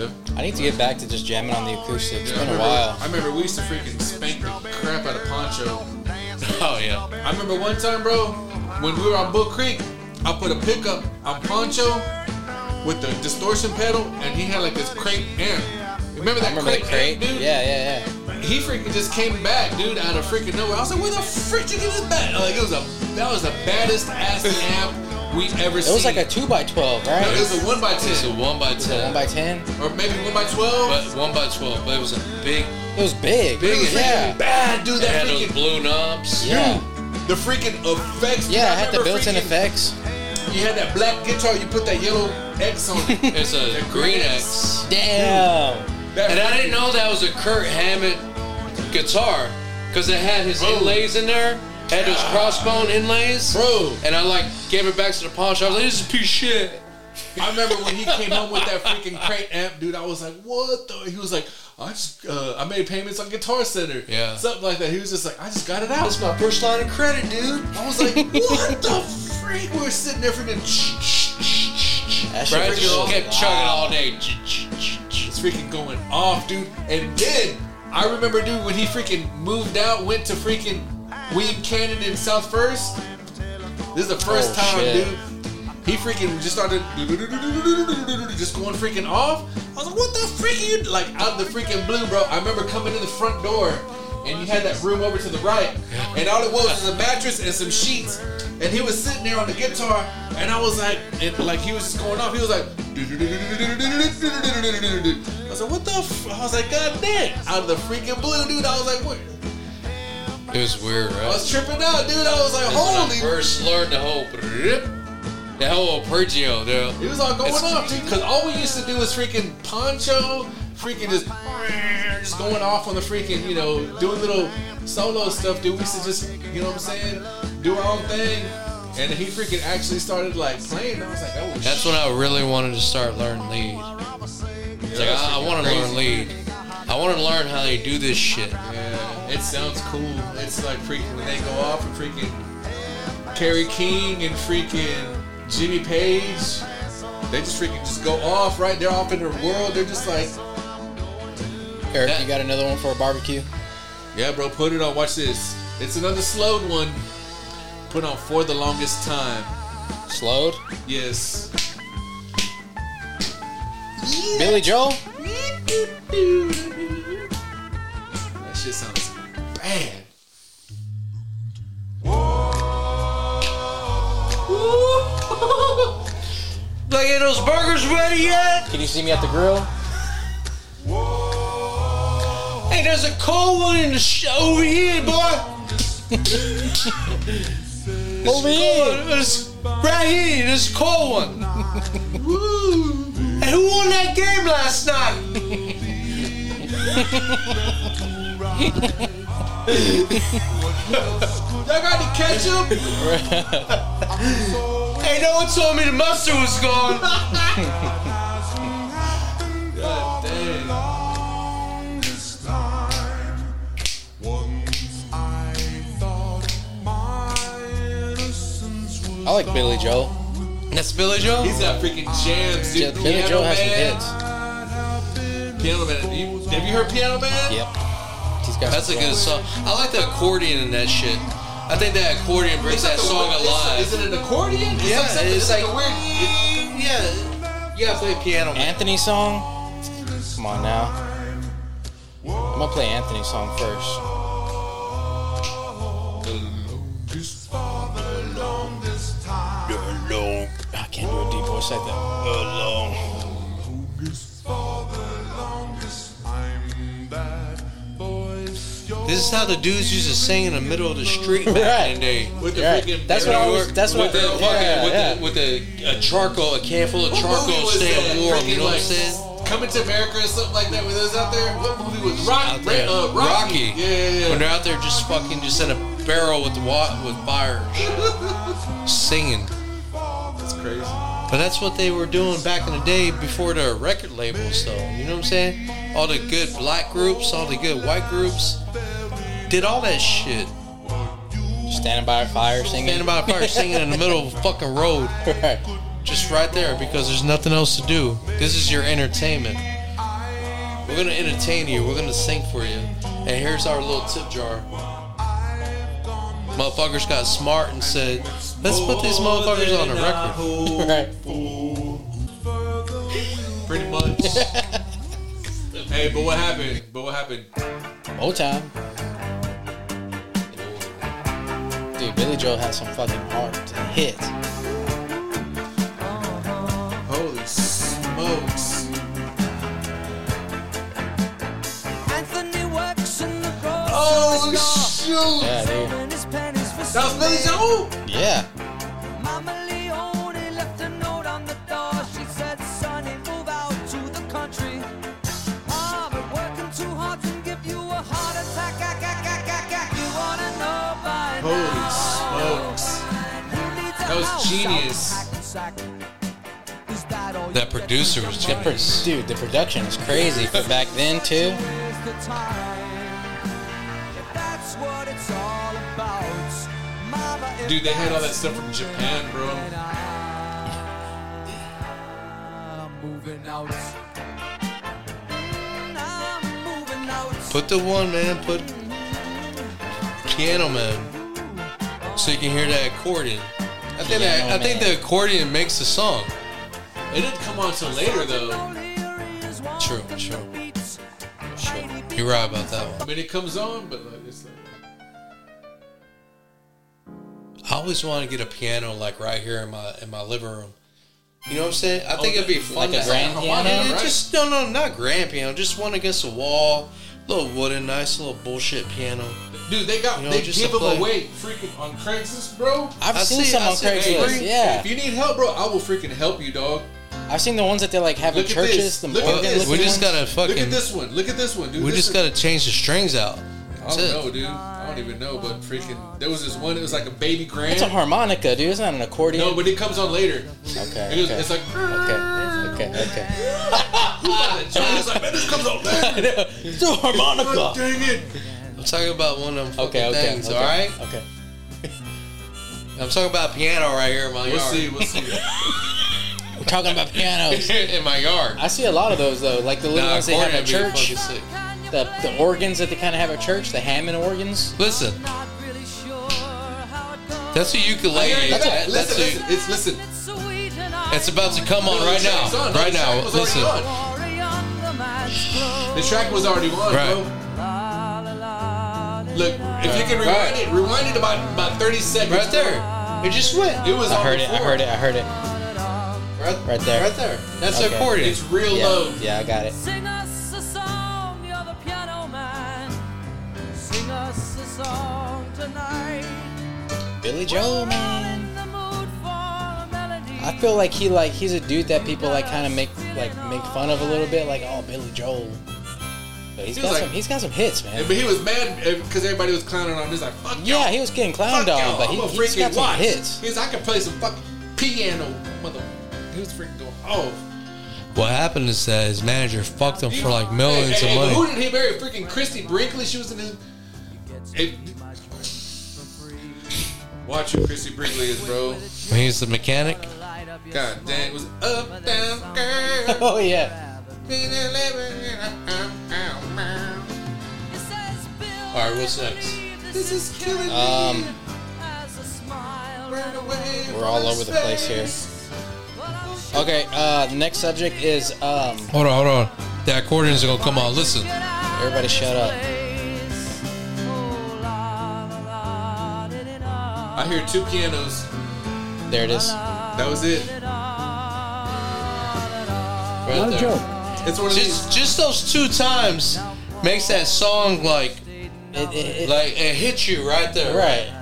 Speaker 3: Yeah.
Speaker 1: I need to get back to just jamming on the acoustic. It's
Speaker 3: I
Speaker 1: been a
Speaker 3: remember,
Speaker 1: while.
Speaker 3: I remember we used to freaking spank the crap out of Poncho.
Speaker 2: Oh yeah,
Speaker 3: I remember one time, bro, when we were on Bull Creek, I put a pickup on Poncho with the distortion pedal, and he had like this crate amp. Remember
Speaker 1: I
Speaker 3: that
Speaker 1: remember the
Speaker 3: crate,
Speaker 1: crate.
Speaker 3: amp, dude?
Speaker 1: Yeah, yeah, yeah.
Speaker 3: He freaking just came back, dude, out of freaking nowhere. I was like, where the frick did you get this back? Like, it was a, that was the baddest ass amp we ever
Speaker 1: It
Speaker 3: seen.
Speaker 1: was like a two by twelve,
Speaker 3: No, it
Speaker 1: right?
Speaker 3: was a one by
Speaker 2: it's a
Speaker 3: ten,
Speaker 2: one by
Speaker 1: One
Speaker 2: ten,
Speaker 1: by ten.
Speaker 3: or maybe one by twelve.
Speaker 2: but one by twelve, but it was a big.
Speaker 1: It was big.
Speaker 3: It was freaking
Speaker 1: yeah.
Speaker 3: bad, dude.
Speaker 2: It had
Speaker 3: That
Speaker 2: those
Speaker 3: freaking
Speaker 2: blue knobs.
Speaker 1: Yeah.
Speaker 3: the freaking effects. dude.
Speaker 1: Yeah, it had the
Speaker 3: remember
Speaker 1: built-in
Speaker 3: freaking-
Speaker 1: effects.
Speaker 3: You had that black guitar. You put that yellow X on it.
Speaker 2: It's a green X.
Speaker 1: Damn.
Speaker 3: That
Speaker 2: And I didn't know that was a Kurt Hammett guitar because it had his inlays in there, had those crossbone inlays.
Speaker 3: Bro.
Speaker 2: And I like gave it back to the pawn shop. I was like, this is a piece of shit.
Speaker 3: I remember when he came home with that freaking crate amp, dude. I was like, "What the?" He was like, "I just uh, I made payments on Guitar Center,
Speaker 2: Yeah.
Speaker 3: something like that." He was just like, "I just got it out."
Speaker 2: That's my first line of credit, dude.
Speaker 3: I was like, "What the freak?" We were sitting there freaking. ch- ch- ch- ch- ch-
Speaker 1: That shit
Speaker 2: Bro, I
Speaker 1: was
Speaker 2: just
Speaker 1: loud.
Speaker 2: kept chugging all day. Ch- ch- ch- ch-
Speaker 3: It's freaking going off, dude. And then I remember, dude, when he freaking moved out, went to freaking William Cannon in South First. This is the first
Speaker 1: Oh,
Speaker 3: time,
Speaker 1: shit.
Speaker 3: dude. He freaking just started just going freaking off. I was like, what the freak are you like out of the freaking blue, bro? I remember coming in the front door and you had that room over to the right, and all it was was a mattress and some sheets, and he was sitting there on the guitar, and I was like, and like he was just going off. He was like, I was like, what the? F-? I was like, god dang, out of the freaking blue, dude. I was like, what?
Speaker 2: It was weird, right?
Speaker 3: I was tripping out, dude. I was like,
Speaker 2: That's when I
Speaker 3: holy.
Speaker 2: first learned the whole brrrp, the whole arpeggio, dude.
Speaker 3: It was all going
Speaker 2: It's-
Speaker 3: off, dude. Because all we used to do was freaking poncho, freaking just, just going off on the freaking, you know, doing little solo stuff, dude. We used to just, you know what I'm saying, do our own thing. And he freaking actually started like playing. and I was like, oh,
Speaker 2: That's when I really wanted to start learning lead.
Speaker 3: shit,
Speaker 2: It's like
Speaker 3: that's
Speaker 2: I, I
Speaker 3: freaking
Speaker 2: want to learn
Speaker 3: crazy.
Speaker 2: lead. I want to learn how they do this shit.
Speaker 3: Yeah, it sounds cool. It's like freaking when they go off and freaking Kerry King and freaking Jimmy Page. They just freaking just go off, right? They're off in their world. They're just like,
Speaker 1: Eric,
Speaker 2: That-
Speaker 1: you got another one for a barbecue?
Speaker 3: yeah, bro, put it on. Watch this. It's another slowed one. Put on for the longest time.
Speaker 1: Slowed?
Speaker 3: Yes.
Speaker 1: Billy Joel?
Speaker 3: That shit sounds bad.
Speaker 2: Like, ain't those burgers ready yet?
Speaker 1: Can you see me at the grill?
Speaker 2: Hey, there's a cold one in the sh- over here, boy.
Speaker 1: Over here.
Speaker 2: There's- right here, there's a cold one. Woo. And who won that game last night?
Speaker 3: Y'all got the ketchup?
Speaker 2: Hey, no one told me the mustard was gone.
Speaker 3: God damn.
Speaker 1: I like Billy Joel.
Speaker 2: That's Billy Joe.
Speaker 3: He's got freaking jams, dude.
Speaker 1: Yeah, Billy
Speaker 3: Piano
Speaker 1: Joel has some
Speaker 3: Man.
Speaker 1: hits.
Speaker 3: Piano Man. Have you, have you heard Piano Man?
Speaker 1: Yep. He's got
Speaker 2: That's a
Speaker 1: some
Speaker 2: good
Speaker 1: songs.
Speaker 2: song. I like the accordion in that shit. I think that accordion brings
Speaker 3: It's
Speaker 2: that
Speaker 3: like a
Speaker 2: song
Speaker 3: weird-
Speaker 2: alive.
Speaker 3: Is, it an accordion? It's
Speaker 2: Yeah,
Speaker 3: like something-
Speaker 2: it's
Speaker 3: a
Speaker 2: like-
Speaker 3: weird.
Speaker 2: yeah, you gotta play piano. Man.
Speaker 1: Anthony song? Come on now. I'm gonna play Anthony song first. I can't do a deep voice like that.
Speaker 2: This is how the dudes used to sing in the middle of the street back in the day.
Speaker 3: With the
Speaker 1: Yeah,
Speaker 3: freaking.
Speaker 1: that's what I was. That's what.
Speaker 2: With the fucking,
Speaker 1: yeah,
Speaker 2: with,
Speaker 1: yeah.
Speaker 2: The, with the a charcoal, a can full of
Speaker 3: What movie
Speaker 2: charcoal,
Speaker 3: was that?
Speaker 2: staying warm.
Speaker 3: Freaking
Speaker 2: You know what I'm
Speaker 3: like-
Speaker 2: saying?
Speaker 3: Coming to America or something like that with us out there. What movie was
Speaker 2: Out
Speaker 3: Rocky?
Speaker 2: there.
Speaker 3: Uh, Rocky.
Speaker 2: Rocky. When
Speaker 3: Yeah, yeah, yeah.
Speaker 2: they're out there just fucking, just in a barrel with wa- with fire, singing.
Speaker 3: That's crazy.
Speaker 2: But that's what they were doing back in the day before the record labels, though. You know what I'm saying? All the good black groups, all the good white groups did all that shit.
Speaker 1: Standing by a fire, singing.
Speaker 2: Standing by a fire, singing in the middle of a fucking road,
Speaker 1: Right.
Speaker 2: just right there, because there's nothing else to do. This is your entertainment. We're gonna entertain you. We're gonna sing for you. And here's our little tip jar. Motherfuckers got smart and said, "Let's put these motherfuckers on the record."
Speaker 1: Right.
Speaker 3: Pretty much. hey, but what happened? But what happened?
Speaker 1: Old time. Dude, Billy Joel has some fucking hard hits.
Speaker 3: Holy smokes.
Speaker 5: Anthony works in the
Speaker 3: Oh, shoot.
Speaker 1: Yeah, dude.
Speaker 3: That was Billy Joel?
Speaker 1: Yeah.
Speaker 5: Mama Leone left a note on the door. She said, Sonny, move out to the country. I've been working too hard to give you a heart attack. I, I, I, I, I, you wanna know by
Speaker 3: Holy smokes. That was genius.
Speaker 2: That producer was
Speaker 1: The
Speaker 2: genius.
Speaker 1: pro- dude, the production is crazy for back then, too.
Speaker 3: Dude, they had all that stuff from Japan, bro.
Speaker 2: Put the one, man. Put piano, man. So you can hear that accordion. I think that, I
Speaker 1: Piano
Speaker 2: think
Speaker 1: Man.
Speaker 2: the accordion makes the song.
Speaker 3: It didn't come on till later, though.
Speaker 2: True, true.
Speaker 1: Sure.
Speaker 2: You You're right about that one.
Speaker 3: I mean, it comes on, but like, it's like,
Speaker 2: I always want to get a piano like right here in my in my living room. You know what I'm saying? I
Speaker 3: Oh,
Speaker 2: think it'd be fun.
Speaker 1: like a
Speaker 2: to
Speaker 1: grand
Speaker 2: have.
Speaker 1: piano,
Speaker 2: Yeah,
Speaker 1: right?
Speaker 2: Just no, no, not grand piano. Just one against a wall, little wooden, nice little bullshit piano.
Speaker 3: dude, they got
Speaker 2: You know,
Speaker 3: they
Speaker 2: just
Speaker 3: give
Speaker 2: to
Speaker 3: them
Speaker 2: play.
Speaker 3: away freaking on Craigslist, bro.
Speaker 1: I've
Speaker 2: I
Speaker 1: seen
Speaker 2: see-
Speaker 1: some
Speaker 2: I
Speaker 1: on
Speaker 2: see- hey,
Speaker 1: Craigslist.
Speaker 2: free-
Speaker 1: yeah,
Speaker 3: If you need help, bro, I will freaking help you, dog.
Speaker 1: I've seen the ones that they're like having
Speaker 3: Look at this.
Speaker 1: churches. The
Speaker 3: Look at
Speaker 1: organ
Speaker 3: this.
Speaker 1: looking
Speaker 2: We just
Speaker 1: ones.
Speaker 2: gotta
Speaker 3: Look at
Speaker 2: fucking.
Speaker 3: this one. Look at this one, dude.
Speaker 2: We
Speaker 3: This
Speaker 2: just
Speaker 3: is-
Speaker 2: gotta change the strings out.
Speaker 3: I
Speaker 2: That's
Speaker 3: don't know,
Speaker 2: it.
Speaker 3: dude. I don't even know, but freaking, there was this one. It was like a baby grand.
Speaker 1: It's a harmonica, dude. It's not an accordion.
Speaker 3: no, but it comes on later. It
Speaker 1: okay,
Speaker 3: goes,
Speaker 1: okay,
Speaker 3: It's like,
Speaker 1: okay, okay, okay.
Speaker 3: it's like, man, this comes on later.
Speaker 1: It's a
Speaker 3: God
Speaker 1: harmonica.
Speaker 3: dang it.
Speaker 2: I'm talking about one of them fucking
Speaker 1: Okay, okay,
Speaker 2: things.
Speaker 1: okay,
Speaker 2: All right,
Speaker 1: okay.
Speaker 2: I'm talking about piano right here in my
Speaker 3: We'll
Speaker 2: yard.
Speaker 3: see. We'll see.
Speaker 1: We're talking about pianos.
Speaker 2: in my yard.
Speaker 1: I see a lot of those though, like the little
Speaker 2: Nah,
Speaker 1: ones they have
Speaker 2: accordion
Speaker 1: at
Speaker 2: would be
Speaker 1: church,
Speaker 2: fucking sick.
Speaker 1: the, the organs that they kind of have at church, the Hammond organs.
Speaker 2: Listen,
Speaker 5: Not really sure how it goes.
Speaker 2: that's a ukulele.
Speaker 3: That's
Speaker 2: That-
Speaker 3: listen,
Speaker 2: that's a-
Speaker 3: listen. It's listen.
Speaker 5: It's sweet and I
Speaker 2: It's about to come on
Speaker 3: No,
Speaker 2: right
Speaker 3: the track's
Speaker 2: now.
Speaker 3: on.
Speaker 2: Right
Speaker 3: The track
Speaker 2: now,
Speaker 3: was already
Speaker 2: listen.
Speaker 3: on.
Speaker 5: worry on the man's clothes.
Speaker 3: The track was already on,
Speaker 2: Right.
Speaker 3: bro.
Speaker 5: La, la, la, la,
Speaker 3: Look, if you can rewind
Speaker 2: Right.
Speaker 3: it, rewind it about about thirty seconds.
Speaker 2: Right there. It just went.
Speaker 3: It was.
Speaker 1: I
Speaker 3: on
Speaker 1: heard it. I
Speaker 3: before.
Speaker 1: heard it. I heard it.
Speaker 2: Right,
Speaker 1: Right there.
Speaker 2: Right there. That's
Speaker 1: Okay.
Speaker 2: the accordion.
Speaker 3: It's real
Speaker 1: Yeah,
Speaker 3: low.
Speaker 1: yeah, I got it.
Speaker 5: Sing us a song, you're the piano man. Sing us a song tonight.
Speaker 1: Billy Joel,
Speaker 5: All
Speaker 1: man.
Speaker 5: in the mood for a melody.
Speaker 1: I feel like he like he's a dude that people like kind of make like make fun of a little bit, like oh Billy Joel. But he's
Speaker 3: He was
Speaker 1: got
Speaker 3: like-
Speaker 1: some he's got some hits,
Speaker 3: And-
Speaker 1: man.
Speaker 3: But he was mad because everybody was clowning on him. He's like, "Fuck
Speaker 1: Yeah,
Speaker 3: y'all.
Speaker 1: he was getting
Speaker 3: Fuck
Speaker 1: clowned
Speaker 3: y'all.
Speaker 1: on, but he,
Speaker 3: I'm a
Speaker 1: he's got
Speaker 3: freaking
Speaker 1: some
Speaker 3: watch.
Speaker 1: hits.
Speaker 3: He's, I can play some fucking piano, mother. He was freaking going off.
Speaker 2: What happened is that his manager fucked him
Speaker 3: He-
Speaker 2: for like millions
Speaker 3: hey, hey, but
Speaker 2: of
Speaker 3: Who
Speaker 2: money.
Speaker 3: did he marry? Freaking Christy Brinkley. She was in his. It, watch who Christy Brinkley is, bro.
Speaker 2: When he was the mechanic.
Speaker 3: God damn, it was up down girl.
Speaker 1: Oh yeah,
Speaker 5: It says, Bill,
Speaker 2: All right, what's next?
Speaker 5: this is killing me.
Speaker 1: um,
Speaker 5: As a smile ran away.
Speaker 1: we're all over the place here. Okay, uh, the next subject is um,
Speaker 2: Hold on, hold on. The accordion's gonna come on. Listen,
Speaker 1: everybody shut up.
Speaker 3: I hear two pianos.
Speaker 1: There it is.
Speaker 3: That was it.
Speaker 2: right
Speaker 10: Not a
Speaker 2: there.
Speaker 10: joke.
Speaker 3: It's one of these.
Speaker 2: Just, just those two times makes that song like,
Speaker 1: It, it, it,
Speaker 2: like it hits you right there.
Speaker 1: right.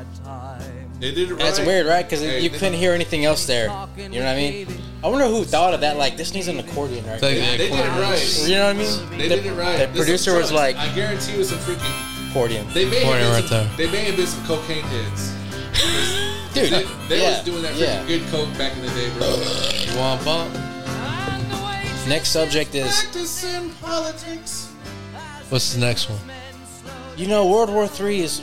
Speaker 3: They did it right.
Speaker 1: That's weird, right? Because
Speaker 3: Hey,
Speaker 1: you
Speaker 3: they-
Speaker 1: couldn't hear anything else there. You know what I mean? I wonder who thought of that. Like, this needs an accordion, right?
Speaker 2: It's like
Speaker 3: They
Speaker 2: the
Speaker 3: did it
Speaker 2: accordion.
Speaker 3: right.
Speaker 1: You know what I mean?
Speaker 3: They
Speaker 1: the,
Speaker 3: did it right.
Speaker 1: The
Speaker 3: This is
Speaker 1: producer was
Speaker 3: drugs.
Speaker 1: like,
Speaker 3: I guarantee it was some freaking.
Speaker 1: accordion.
Speaker 3: They may have
Speaker 2: Pointing
Speaker 3: been
Speaker 2: right
Speaker 3: some,
Speaker 2: there.
Speaker 3: They may have been some cocaine heads.
Speaker 1: Dude,
Speaker 3: They, they
Speaker 1: yeah,
Speaker 3: was doing that freaking
Speaker 1: yeah.
Speaker 3: good coke back in the day, bro.
Speaker 2: You want a bump?
Speaker 1: Next subject is,
Speaker 3: Practicing politics.
Speaker 2: What's the next one?
Speaker 1: you know, World War Three is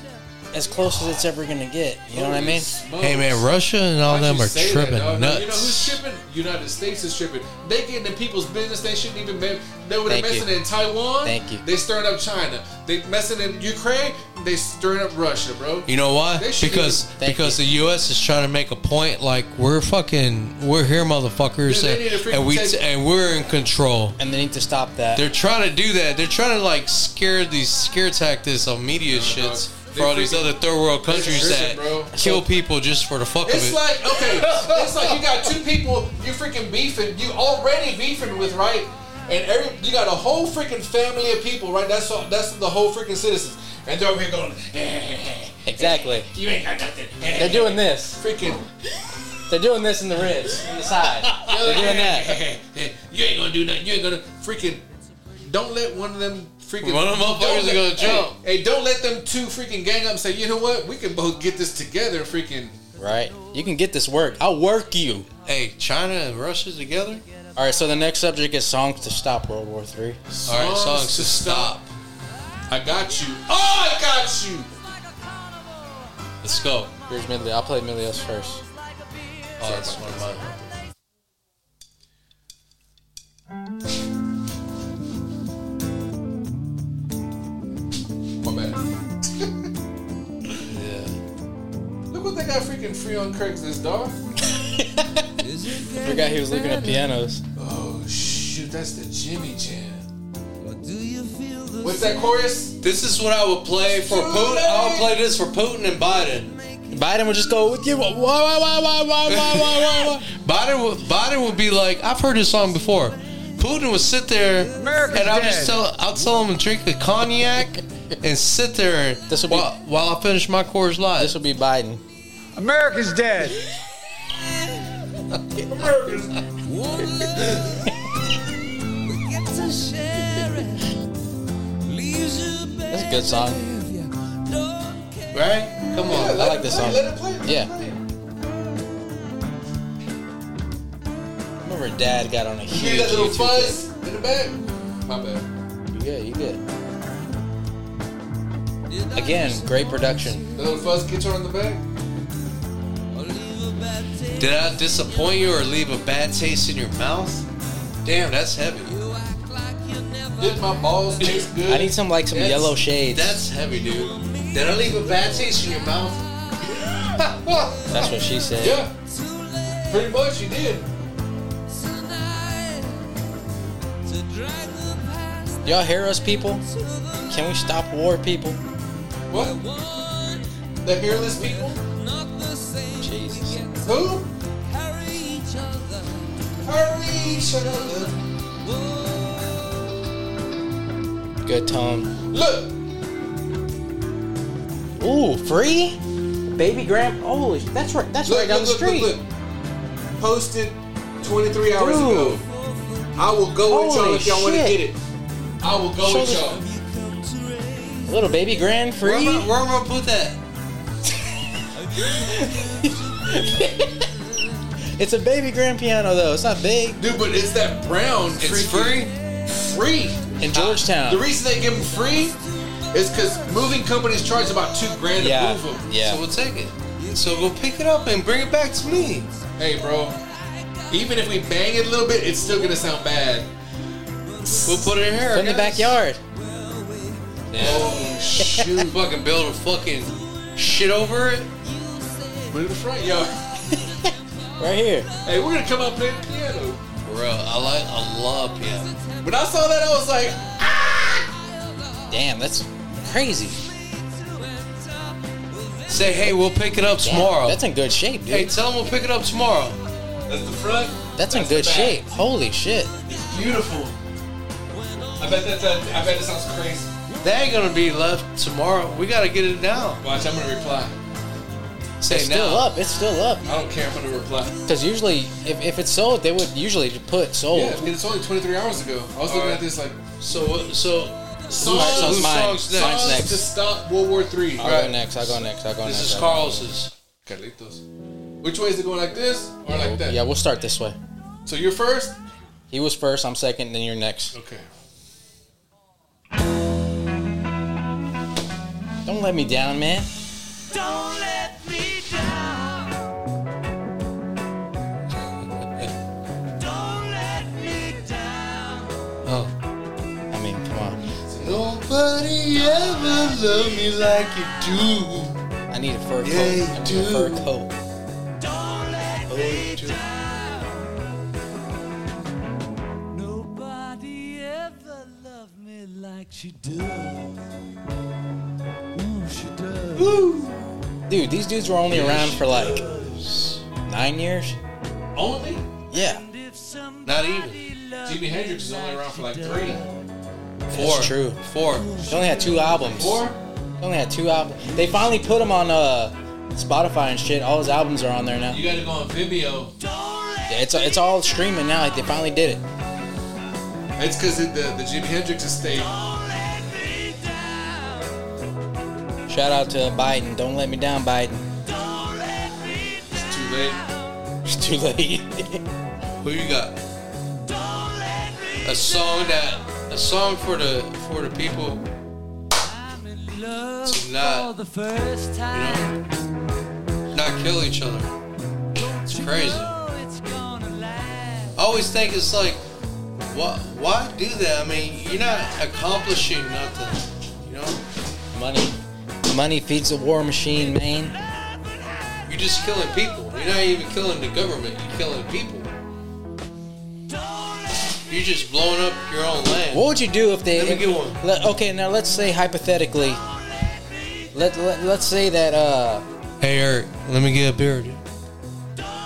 Speaker 1: as close as it's ever gonna get. You know what I mean?
Speaker 2: Hey man, Russia and all them are tripping nuts.
Speaker 3: You know who's tripping? United States is tripping. They get into people's business. They shouldn't even. Be, they were
Speaker 1: Thank
Speaker 3: messing
Speaker 1: you.
Speaker 3: in Taiwan.
Speaker 1: Thank you.
Speaker 3: They stirring up China. They messing in Ukraine. They stirring up Russia, bro.
Speaker 2: You know why?
Speaker 3: They should
Speaker 2: Because
Speaker 1: Thank
Speaker 2: because the U.S. is trying to make a point, like we're fucking, we're here, motherfuckers,
Speaker 3: Dude, they
Speaker 2: and-
Speaker 3: need to freaking
Speaker 2: and we
Speaker 3: take-
Speaker 2: and we're in control.
Speaker 1: And they need to stop that.
Speaker 2: They're trying to do that. They're trying to like scare these scare tactics on media shits
Speaker 3: They
Speaker 2: for all these
Speaker 3: freaking-
Speaker 2: other third world countries that
Speaker 3: Listen, bro.
Speaker 2: kill people just for the fuck of
Speaker 3: It's
Speaker 2: it.
Speaker 3: like okay, it's like you got two people you freaking beefing, you already beefing with, right? And every you got a whole freaking family of people, right? That's all, that's the whole freaking citizens, and they're over here going, "Eh,
Speaker 1: exactly.
Speaker 3: you ain't got nothing.
Speaker 1: They're doing this.
Speaker 3: freaking.
Speaker 1: They're doing this in the ribs, in the side. They're doing that.
Speaker 3: you ain't gonna do nothing. You ain't gonna freaking. Don't let one of them freaking.
Speaker 2: One of them
Speaker 3: don't
Speaker 2: motherfuckers is
Speaker 3: let-
Speaker 2: gonna
Speaker 3: hey,
Speaker 2: jump.
Speaker 3: Hey, don't let them two freaking gang up and say, you know what? We can both get this together. Freaking.
Speaker 1: Right. You can get this work. I'll work you.
Speaker 2: hey, China and Russia together.
Speaker 1: All right. So the next subject is songs to stop World War Three.
Speaker 2: All right, songs to stop.
Speaker 3: I got you. Oh, I got you.
Speaker 2: Let's go.
Speaker 1: Here's Midley. I'll play Midley's first.
Speaker 2: Oh, that's one of mine.
Speaker 3: My bad.
Speaker 2: Yeah.
Speaker 3: Look what they got freaking free on Craigslist, dog.
Speaker 1: I forgot he was looking at pianos.
Speaker 3: Oh shoot, that's the Jimmy Jam.
Speaker 5: Do you feel the
Speaker 3: What's that chorus?
Speaker 2: This is what I would play for Putin. I would play this for Putin and Biden.
Speaker 1: Biden would just go with you. Wah, wah, wah, wah, wah, wah, wah, wah, wah.
Speaker 2: Biden would Biden would be like, I've heard this song before. Putin would sit there
Speaker 9: America's
Speaker 2: and I'll
Speaker 9: dead.
Speaker 2: just tell I'll tell him to drink the cognac and sit there
Speaker 1: This would be-
Speaker 2: while, while I finish my Coors Light.
Speaker 1: This would be Biden.
Speaker 9: America's dead.
Speaker 1: That's a good song.
Speaker 2: right? Come on.
Speaker 1: I like this song. Yeah. I remember Dad got on a
Speaker 3: Hear
Speaker 1: huge
Speaker 3: that little
Speaker 1: YouTube
Speaker 3: fuzz in the back? My bad.
Speaker 1: hit. You good? You good? Again, great production.
Speaker 3: That little fuzz guitar in the back?
Speaker 2: Did I disappoint you or leave a bad taste in your mouth? Damn, that's heavy.
Speaker 3: Did my balls taste good?
Speaker 1: I need some like some
Speaker 2: That's-
Speaker 1: yellow shades.
Speaker 2: That's heavy, dude. Did I leave a bad taste in your mouth?
Speaker 1: That's what she said.
Speaker 3: Yeah. Pretty much you did.
Speaker 1: Y'all hear us, people? Can we stop war, people?
Speaker 3: What? The hairless people?
Speaker 1: Jesus.
Speaker 3: Who? Hurry each other. Hurry each other.
Speaker 1: Good tone.
Speaker 3: Look.
Speaker 1: Ooh, free? Baby Graham. Holy, sh- that's right. That's right down
Speaker 3: Look, look,
Speaker 1: the
Speaker 3: look,
Speaker 1: street.
Speaker 3: look, look. Posted 23 hours ago.
Speaker 1: Dude.
Speaker 3: I will go with y'all
Speaker 1: Holy
Speaker 3: if y'all want to
Speaker 1: shit.
Speaker 3: get it. I will go
Speaker 1: Show
Speaker 3: with
Speaker 1: the-
Speaker 3: y'all.
Speaker 1: Little baby Graham,
Speaker 2: Where
Speaker 1: free.
Speaker 2: am, I, where am I put that?
Speaker 1: It's a baby grand piano though. It's not big.
Speaker 3: Dude, but it's that brown.
Speaker 2: It's free.
Speaker 3: freaking- Free.
Speaker 1: In Georgetown.
Speaker 3: The reason they give them free is because moving companies charge about two grand
Speaker 1: Yeah.
Speaker 3: to move them.
Speaker 1: Yeah.
Speaker 2: So we'll take it. So go pick it up and bring it back to me.
Speaker 3: Hey, bro. Even if we bang it a little bit, it's still gonna sound bad.
Speaker 2: We'll put it in here.
Speaker 1: Put in the
Speaker 2: guys.
Speaker 1: backyard.
Speaker 2: Oh shoot! fucking build a fucking shit over it.
Speaker 3: Put it in the front yard.
Speaker 1: Right here.
Speaker 3: Hey, we're gonna come out playing piano.
Speaker 2: Bro, I like I love piano.
Speaker 3: When I saw that, I was like,
Speaker 1: Damn, that's crazy.
Speaker 2: Say hey, we'll pick it up
Speaker 1: Damn,
Speaker 2: tomorrow.
Speaker 1: That's in good shape, dude.
Speaker 2: hey, tell them we'll pick it up tomorrow.
Speaker 3: that's the front.
Speaker 1: that's, in good
Speaker 3: the back.
Speaker 1: shape. Holy shit.
Speaker 3: It's beautiful. I bet that's. A, I bet it sounds crazy.
Speaker 2: That ain't gonna be left tomorrow. We gotta get it now.
Speaker 3: Watch, I'm gonna reply.
Speaker 2: Say
Speaker 1: It's
Speaker 2: now.
Speaker 1: still up. It's still up.
Speaker 3: I don't care. I'm gonna reply.
Speaker 1: Because usually, if, if it's sold, they would usually put sold.
Speaker 3: Yeah, it's only 23 hours ago. I was looking
Speaker 2: Alright.
Speaker 3: at this like
Speaker 2: So what- so
Speaker 3: songs,
Speaker 1: Alright, so it's
Speaker 2: whose
Speaker 1: mine.
Speaker 2: songs next?
Speaker 1: Mine's
Speaker 3: songs
Speaker 1: next.
Speaker 3: to stop World War Three.
Speaker 1: I'll go
Speaker 3: Alright.
Speaker 1: next. I'll go next. I'll go next.
Speaker 2: This is
Speaker 1: I'll go
Speaker 2: Carlos's.
Speaker 3: Carlitos. Which way is it going? Like this or
Speaker 1: next.
Speaker 3: like that?
Speaker 1: Yeah, we'll start this way.
Speaker 3: So you're first.
Speaker 1: He was first. I'm second. Then you're next.
Speaker 3: Okay.
Speaker 1: Don't let me down, man.
Speaker 5: Don't let me down. Don't let me down.
Speaker 2: Oh.
Speaker 1: I mean, come on.
Speaker 2: Nobody ever loved me like you do.
Speaker 1: I need a fur coat.
Speaker 2: Yeah, you
Speaker 1: I need
Speaker 2: do.
Speaker 1: a fur coat.
Speaker 5: Don't let me down. Nobody ever loved me like she does. Ooh, she does.
Speaker 1: Dude, these dudes were only around for like nine years.
Speaker 3: Only
Speaker 1: Yeah,
Speaker 5: If somebody
Speaker 2: Not even.
Speaker 5: loved
Speaker 3: Jimi Hendrix is only around for like three.
Speaker 2: Four.
Speaker 1: true.
Speaker 2: Four.
Speaker 1: they only had two albums.
Speaker 3: Four?
Speaker 1: They only had two albums. They finally put him on uh, Spotify and shit. All his albums are on there now.
Speaker 3: You gotta go on Vimeo.
Speaker 1: Yeah, it's it's all streaming now. Like they finally did it.
Speaker 3: It's because the, the Jimi Hendrix estate.
Speaker 1: Shout out to Biden. Don't let me down, Biden.
Speaker 3: It's too late.
Speaker 1: It's too late.
Speaker 2: Who you got? A song that a song for the for the people. To not
Speaker 5: the first
Speaker 2: you
Speaker 5: time.
Speaker 2: know not kill each other. It's crazy.
Speaker 5: Oh, it's gonna last.
Speaker 2: I always think it's like, why why do that? I mean, you're not accomplishing nothing. You know,
Speaker 1: Money, money feeds the war machine, man.
Speaker 2: you're just killing people. You're not even killing the government. You're killing people.
Speaker 5: Don't let
Speaker 2: You You're just blowing up your own land.
Speaker 1: What would you do if they?
Speaker 2: Let me get one.
Speaker 1: Let- okay, now let's say hypothetically. Let, let let's say that uh,
Speaker 2: Hey Eric, let me get a beer. Dude.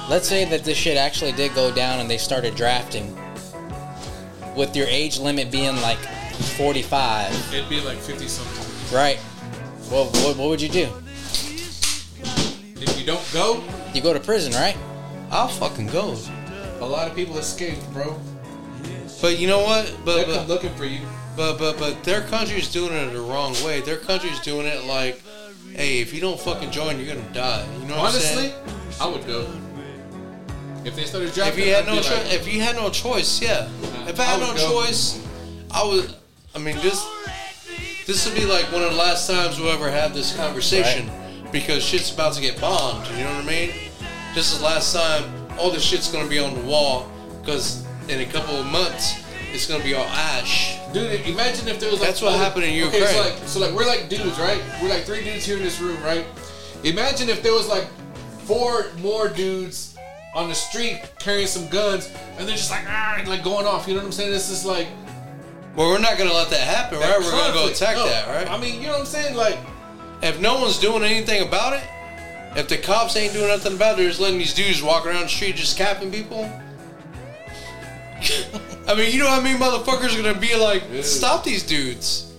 Speaker 1: let's say that this shit actually did go down and they started drafting. With your age limit being like 45,
Speaker 3: It'd be like 50 something.
Speaker 1: right? Well, what, what would you do?
Speaker 3: If you don't go,
Speaker 1: You go to prison, right?
Speaker 2: I'll fucking go.
Speaker 3: a lot of people escaped, bro.
Speaker 2: But you know what? But
Speaker 3: They'll come
Speaker 2: but,
Speaker 3: looking for you.
Speaker 2: but but but their country's doing it the wrong way. Their country's doing it like, hey, if you don't fucking join, you're gonna die. You know what I'm
Speaker 3: Honestly,
Speaker 2: saying?
Speaker 3: I would go. If they started
Speaker 2: If
Speaker 3: drafting,
Speaker 2: you had
Speaker 3: I'd
Speaker 2: no
Speaker 3: be
Speaker 2: choice,
Speaker 3: like,
Speaker 2: if you had no choice, yeah. If I had
Speaker 3: I
Speaker 2: no
Speaker 3: would go.
Speaker 2: choice, I would. I mean, this this would be like one of the last times we'll ever have this conversation because shit's about to get bombed. You know what I mean? This is the last time all this shit's gonna be on the wall because in a couple of months it's gonna be all ash.
Speaker 3: Dude, imagine if there was like
Speaker 2: That's what happened in
Speaker 3: Okay, so
Speaker 2: Ukraine.
Speaker 3: like, so like we're like dudes, right? We're like three dudes here in this room, right? Imagine if there was like four more dudes on the street carrying some guns, and they're just like ah, and like going off. You know what I'm saying? This is like
Speaker 2: Well, we're not gonna let that happen, right? We're gonna go
Speaker 3: conflict.
Speaker 2: attack
Speaker 3: No,
Speaker 2: that, right?
Speaker 3: I mean, you know what I'm saying? Like,
Speaker 2: if no one's doing anything about it, if the cops ain't doing nothing about it, they're just letting these dudes walk around the street just capping people. I mean, you know how many motherfuckers are gonna be like, stop these dudes.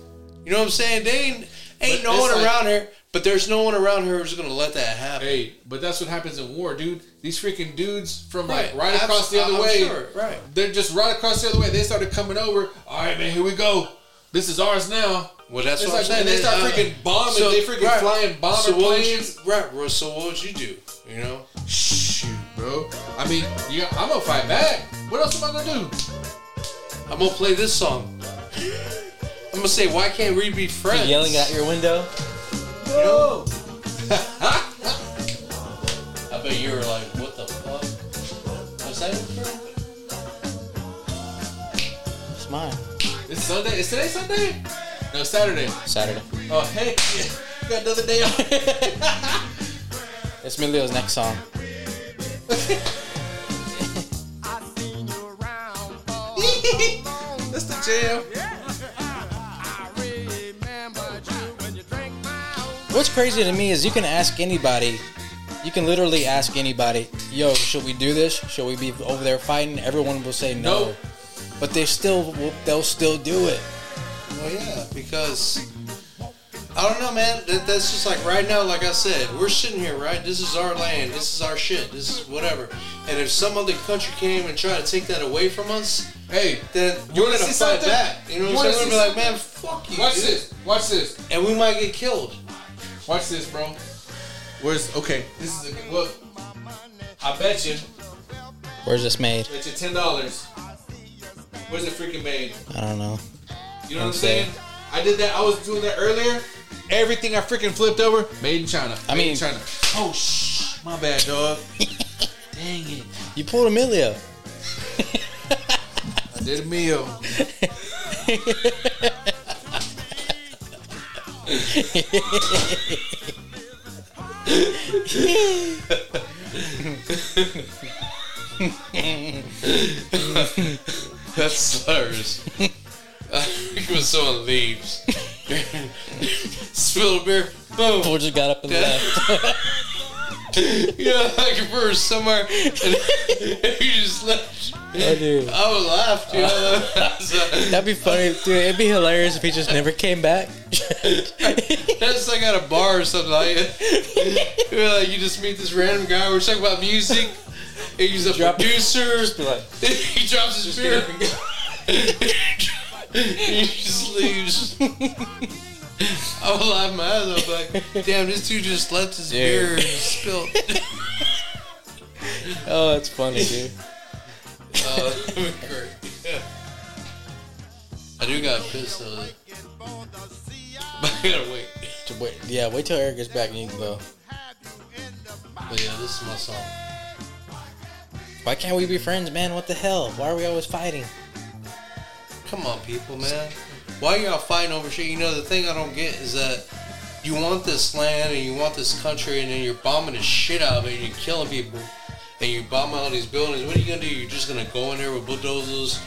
Speaker 2: You know what I'm saying? They ain't, ain't
Speaker 3: But
Speaker 2: no
Speaker 3: it's
Speaker 2: one
Speaker 3: like-
Speaker 2: around here, but there's no one around here who's gonna let that happen.
Speaker 3: hey, but that's what happens in war, dude. These freaking dudes from like
Speaker 2: Right.
Speaker 3: right across the
Speaker 2: Abs-
Speaker 3: other
Speaker 2: I'm
Speaker 3: way,
Speaker 2: sure, right.
Speaker 3: They're just right across the other way. They started coming over. All right, man, here we go. This is ours now.
Speaker 2: Well, that's
Speaker 3: It's
Speaker 2: what
Speaker 3: like,
Speaker 2: I'm saying.
Speaker 3: man, they start
Speaker 2: Uh,
Speaker 3: freaking bombing. They freaking flying bomber
Speaker 2: so what would
Speaker 3: planes.
Speaker 2: You, right. well, So what would you do? You know.
Speaker 3: Shoot, bro. I mean, yeah, I'm gonna fight back. What else am I gonna do?
Speaker 2: I'm gonna play this song. I'm gonna say, why can't we be friends?
Speaker 1: Yelling out your window.
Speaker 2: No. I bet you were like, what the fuck? Was that it?
Speaker 1: It's mine.
Speaker 3: It's Sunday. Is today Sunday? No, Saturday.
Speaker 1: Saturday.
Speaker 3: Oh heck yeah! Got another day off.
Speaker 1: It's Emilio's next song.
Speaker 3: That's the jam.
Speaker 1: What's crazy to me is you can ask anybody, you can literally ask anybody, yo, should we do this? Should we be over there fighting? Everyone will say no.
Speaker 3: No.
Speaker 1: But they still will, they'll still do it.
Speaker 2: Well, yeah, because I don't know, man. That, that's just like right now. Like I said, we're sitting here, right? This is our land. This is our shit. This is whatever. And if some other country came and tried to take that away from us,
Speaker 3: Hey,
Speaker 2: then
Speaker 3: You
Speaker 2: we're
Speaker 3: wanna
Speaker 2: gonna
Speaker 3: see
Speaker 2: fight
Speaker 3: something?
Speaker 2: back. You know
Speaker 3: You
Speaker 2: what I'm
Speaker 3: wanna
Speaker 2: saying?
Speaker 3: see
Speaker 2: We're gonna be like, man, fuck you.
Speaker 3: watch
Speaker 2: dude."
Speaker 3: this. Watch this.
Speaker 2: And we might get killed.
Speaker 3: Watch this, bro. Where's okay? This is a good look. I bet you.
Speaker 1: Where's this made?
Speaker 3: Bet you ten dollars. Where's it freaking made?
Speaker 1: I don't know.
Speaker 3: You know what I'm saying? I did that. I was doing that earlier. Everything I freaking flipped over, made in China.
Speaker 1: I
Speaker 3: Made
Speaker 1: mean-
Speaker 3: in China. Oh shh, my bad, dog. Dang it.
Speaker 1: You pulled Emilio.
Speaker 3: I did a meal.
Speaker 2: That's slurs. I think when someone leaves, spill a beer, boom.
Speaker 1: Paul just got up and left.
Speaker 2: You know, like if we were somewhere and, and you just left.
Speaker 1: Oh, dude.
Speaker 2: I would laugh, dude. I was like-
Speaker 1: That'd be funny, dude. It'd be hilarious if he just never came back.
Speaker 2: That's like at a bar or something like that. You're like, you just meet this random guy, we're talking about music, and he's a
Speaker 1: Drop-
Speaker 2: producer,
Speaker 1: like,
Speaker 2: he drops his beer. he just leaves. I would laugh my eyes off like, damn, this dude just left his beer and spilled.
Speaker 1: oh, that's funny, dude.
Speaker 2: Uh, that'd be great. I do got pissed though. But I gotta wait.
Speaker 1: To wait- yeah, wait till Eric gets back and you can go.
Speaker 2: But yeah, this is my song.
Speaker 1: Why can't we be friends, man? What the hell? Why are we always fighting?
Speaker 2: Come on, people, man. Why y'all fighting over shit? You know, the thing I don't get is that you want this land and you want this country, and then you're bombing the shit out of it, and you're killing people, and you're bombing all these buildings. What are you gonna do? You're just gonna go in there with bulldozers,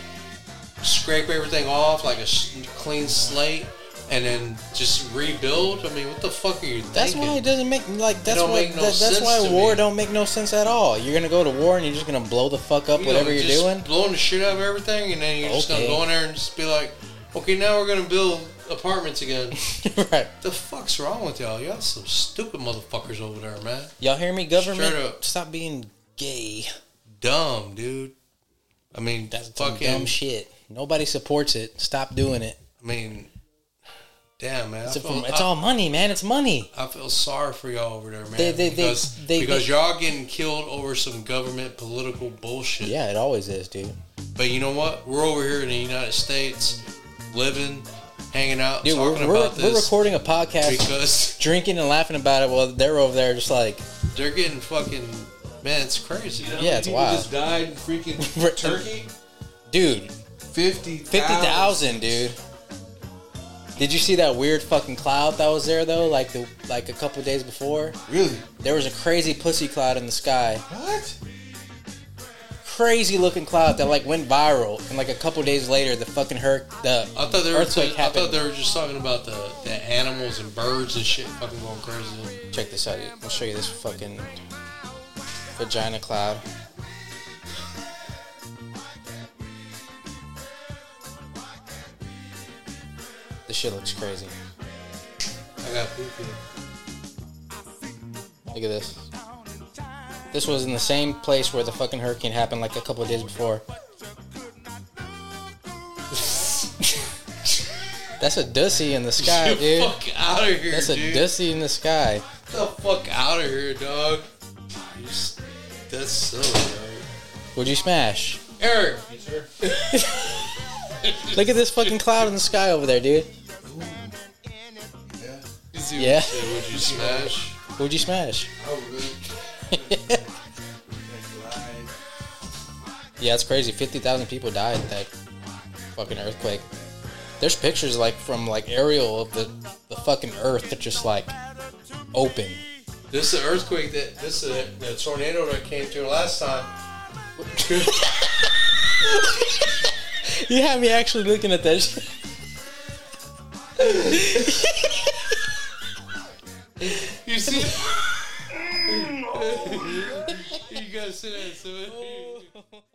Speaker 2: scrape everything off like a s- clean slate, and then just rebuild? I mean, what the fuck are you
Speaker 1: That's
Speaker 2: thinking?
Speaker 1: why it doesn't make like that's
Speaker 2: don't
Speaker 1: why
Speaker 2: make no
Speaker 1: that- that's
Speaker 2: sense
Speaker 1: why
Speaker 2: to
Speaker 1: war
Speaker 2: me.
Speaker 1: don't make no sense at all. You're gonna go to war and you're just gonna blow the fuck up
Speaker 2: You know,
Speaker 1: whatever you're
Speaker 2: just
Speaker 1: doing.
Speaker 2: blowing the shit out of everything, and then you're just gonna
Speaker 1: Okay.
Speaker 2: go in there and just be like, okay, now we're gonna build apartments again.
Speaker 1: right.
Speaker 2: the fuck's wrong with y'all? Y'all some stupid motherfuckers over there, man.
Speaker 1: Y'all hear me, government?
Speaker 2: Straight up.
Speaker 1: Stop being gay.
Speaker 2: Dumb, dude. I mean,
Speaker 1: That's some
Speaker 2: fucking.
Speaker 1: dumb shit. Nobody supports it. Stop doing it.
Speaker 2: I mean, damn, man.
Speaker 1: It's,
Speaker 2: I
Speaker 1: a-
Speaker 2: feel,
Speaker 1: it's
Speaker 2: I-
Speaker 1: all money, man. It's money.
Speaker 2: I feel sorry for y'all over there, man.
Speaker 1: They- they- they-
Speaker 2: because
Speaker 1: they-
Speaker 2: because
Speaker 1: they-
Speaker 2: y'all getting killed over some government political bullshit.
Speaker 1: Yeah, it always is, dude.
Speaker 2: But you know what? We're over here in the United States, living, hanging out,
Speaker 1: Dude, we're,
Speaker 2: talking
Speaker 1: we're,
Speaker 2: about
Speaker 1: we're
Speaker 2: this
Speaker 1: recording a podcast,
Speaker 2: because
Speaker 1: drinking and laughing about it while they're over there just like,
Speaker 2: they're getting fucking. Man, it's crazy.
Speaker 3: You know how
Speaker 1: Yeah,
Speaker 3: many
Speaker 1: it's
Speaker 3: people
Speaker 1: wild.
Speaker 3: Just died in
Speaker 1: Right.
Speaker 3: freaking Turkey.
Speaker 1: dude,
Speaker 3: Fifty.
Speaker 1: 50,000, dude. Did you see that weird fucking cloud that was there though? Like the like a couple days before,
Speaker 3: Really?
Speaker 1: there was a crazy pussy cloud in the sky.
Speaker 3: What?
Speaker 1: Crazy looking cloud that like went viral, and like a couple days later, the fucking hur- the
Speaker 2: I thought they were.
Speaker 1: earthquake
Speaker 2: I
Speaker 1: happened.
Speaker 2: thought they were just talking about the, the animals and birds and shit fucking going crazy.
Speaker 1: Check this out. dude. I'll show you this fucking vagina cloud. This shit looks crazy.
Speaker 2: I got poop here.
Speaker 1: Look at this. This was in the same place where the fucking hurricane happened like a couple of days before. That's a dussy in the sky,
Speaker 2: Get the
Speaker 1: dude.
Speaker 2: fuck out of here,
Speaker 1: That's a
Speaker 2: dude.
Speaker 1: dussy in the sky.
Speaker 2: Get the fuck out of here, dog. You s- That's silly, dog.
Speaker 1: Would you smash?
Speaker 2: Eric,
Speaker 1: Look at this fucking cloud in the sky over there, dude. Yeah.
Speaker 2: Hey, would you smash?
Speaker 1: Would you smash?
Speaker 3: Oh, really?
Speaker 1: Yeah, it's crazy. Fifty thousand people died in that fucking earthquake. There's pictures like from like aerial of the the fucking earth that just like open.
Speaker 2: This is the earthquake that this is the, the tornado that came through last time.
Speaker 1: You had me actually looking at that. shit.
Speaker 2: You see? you gotta see that. So.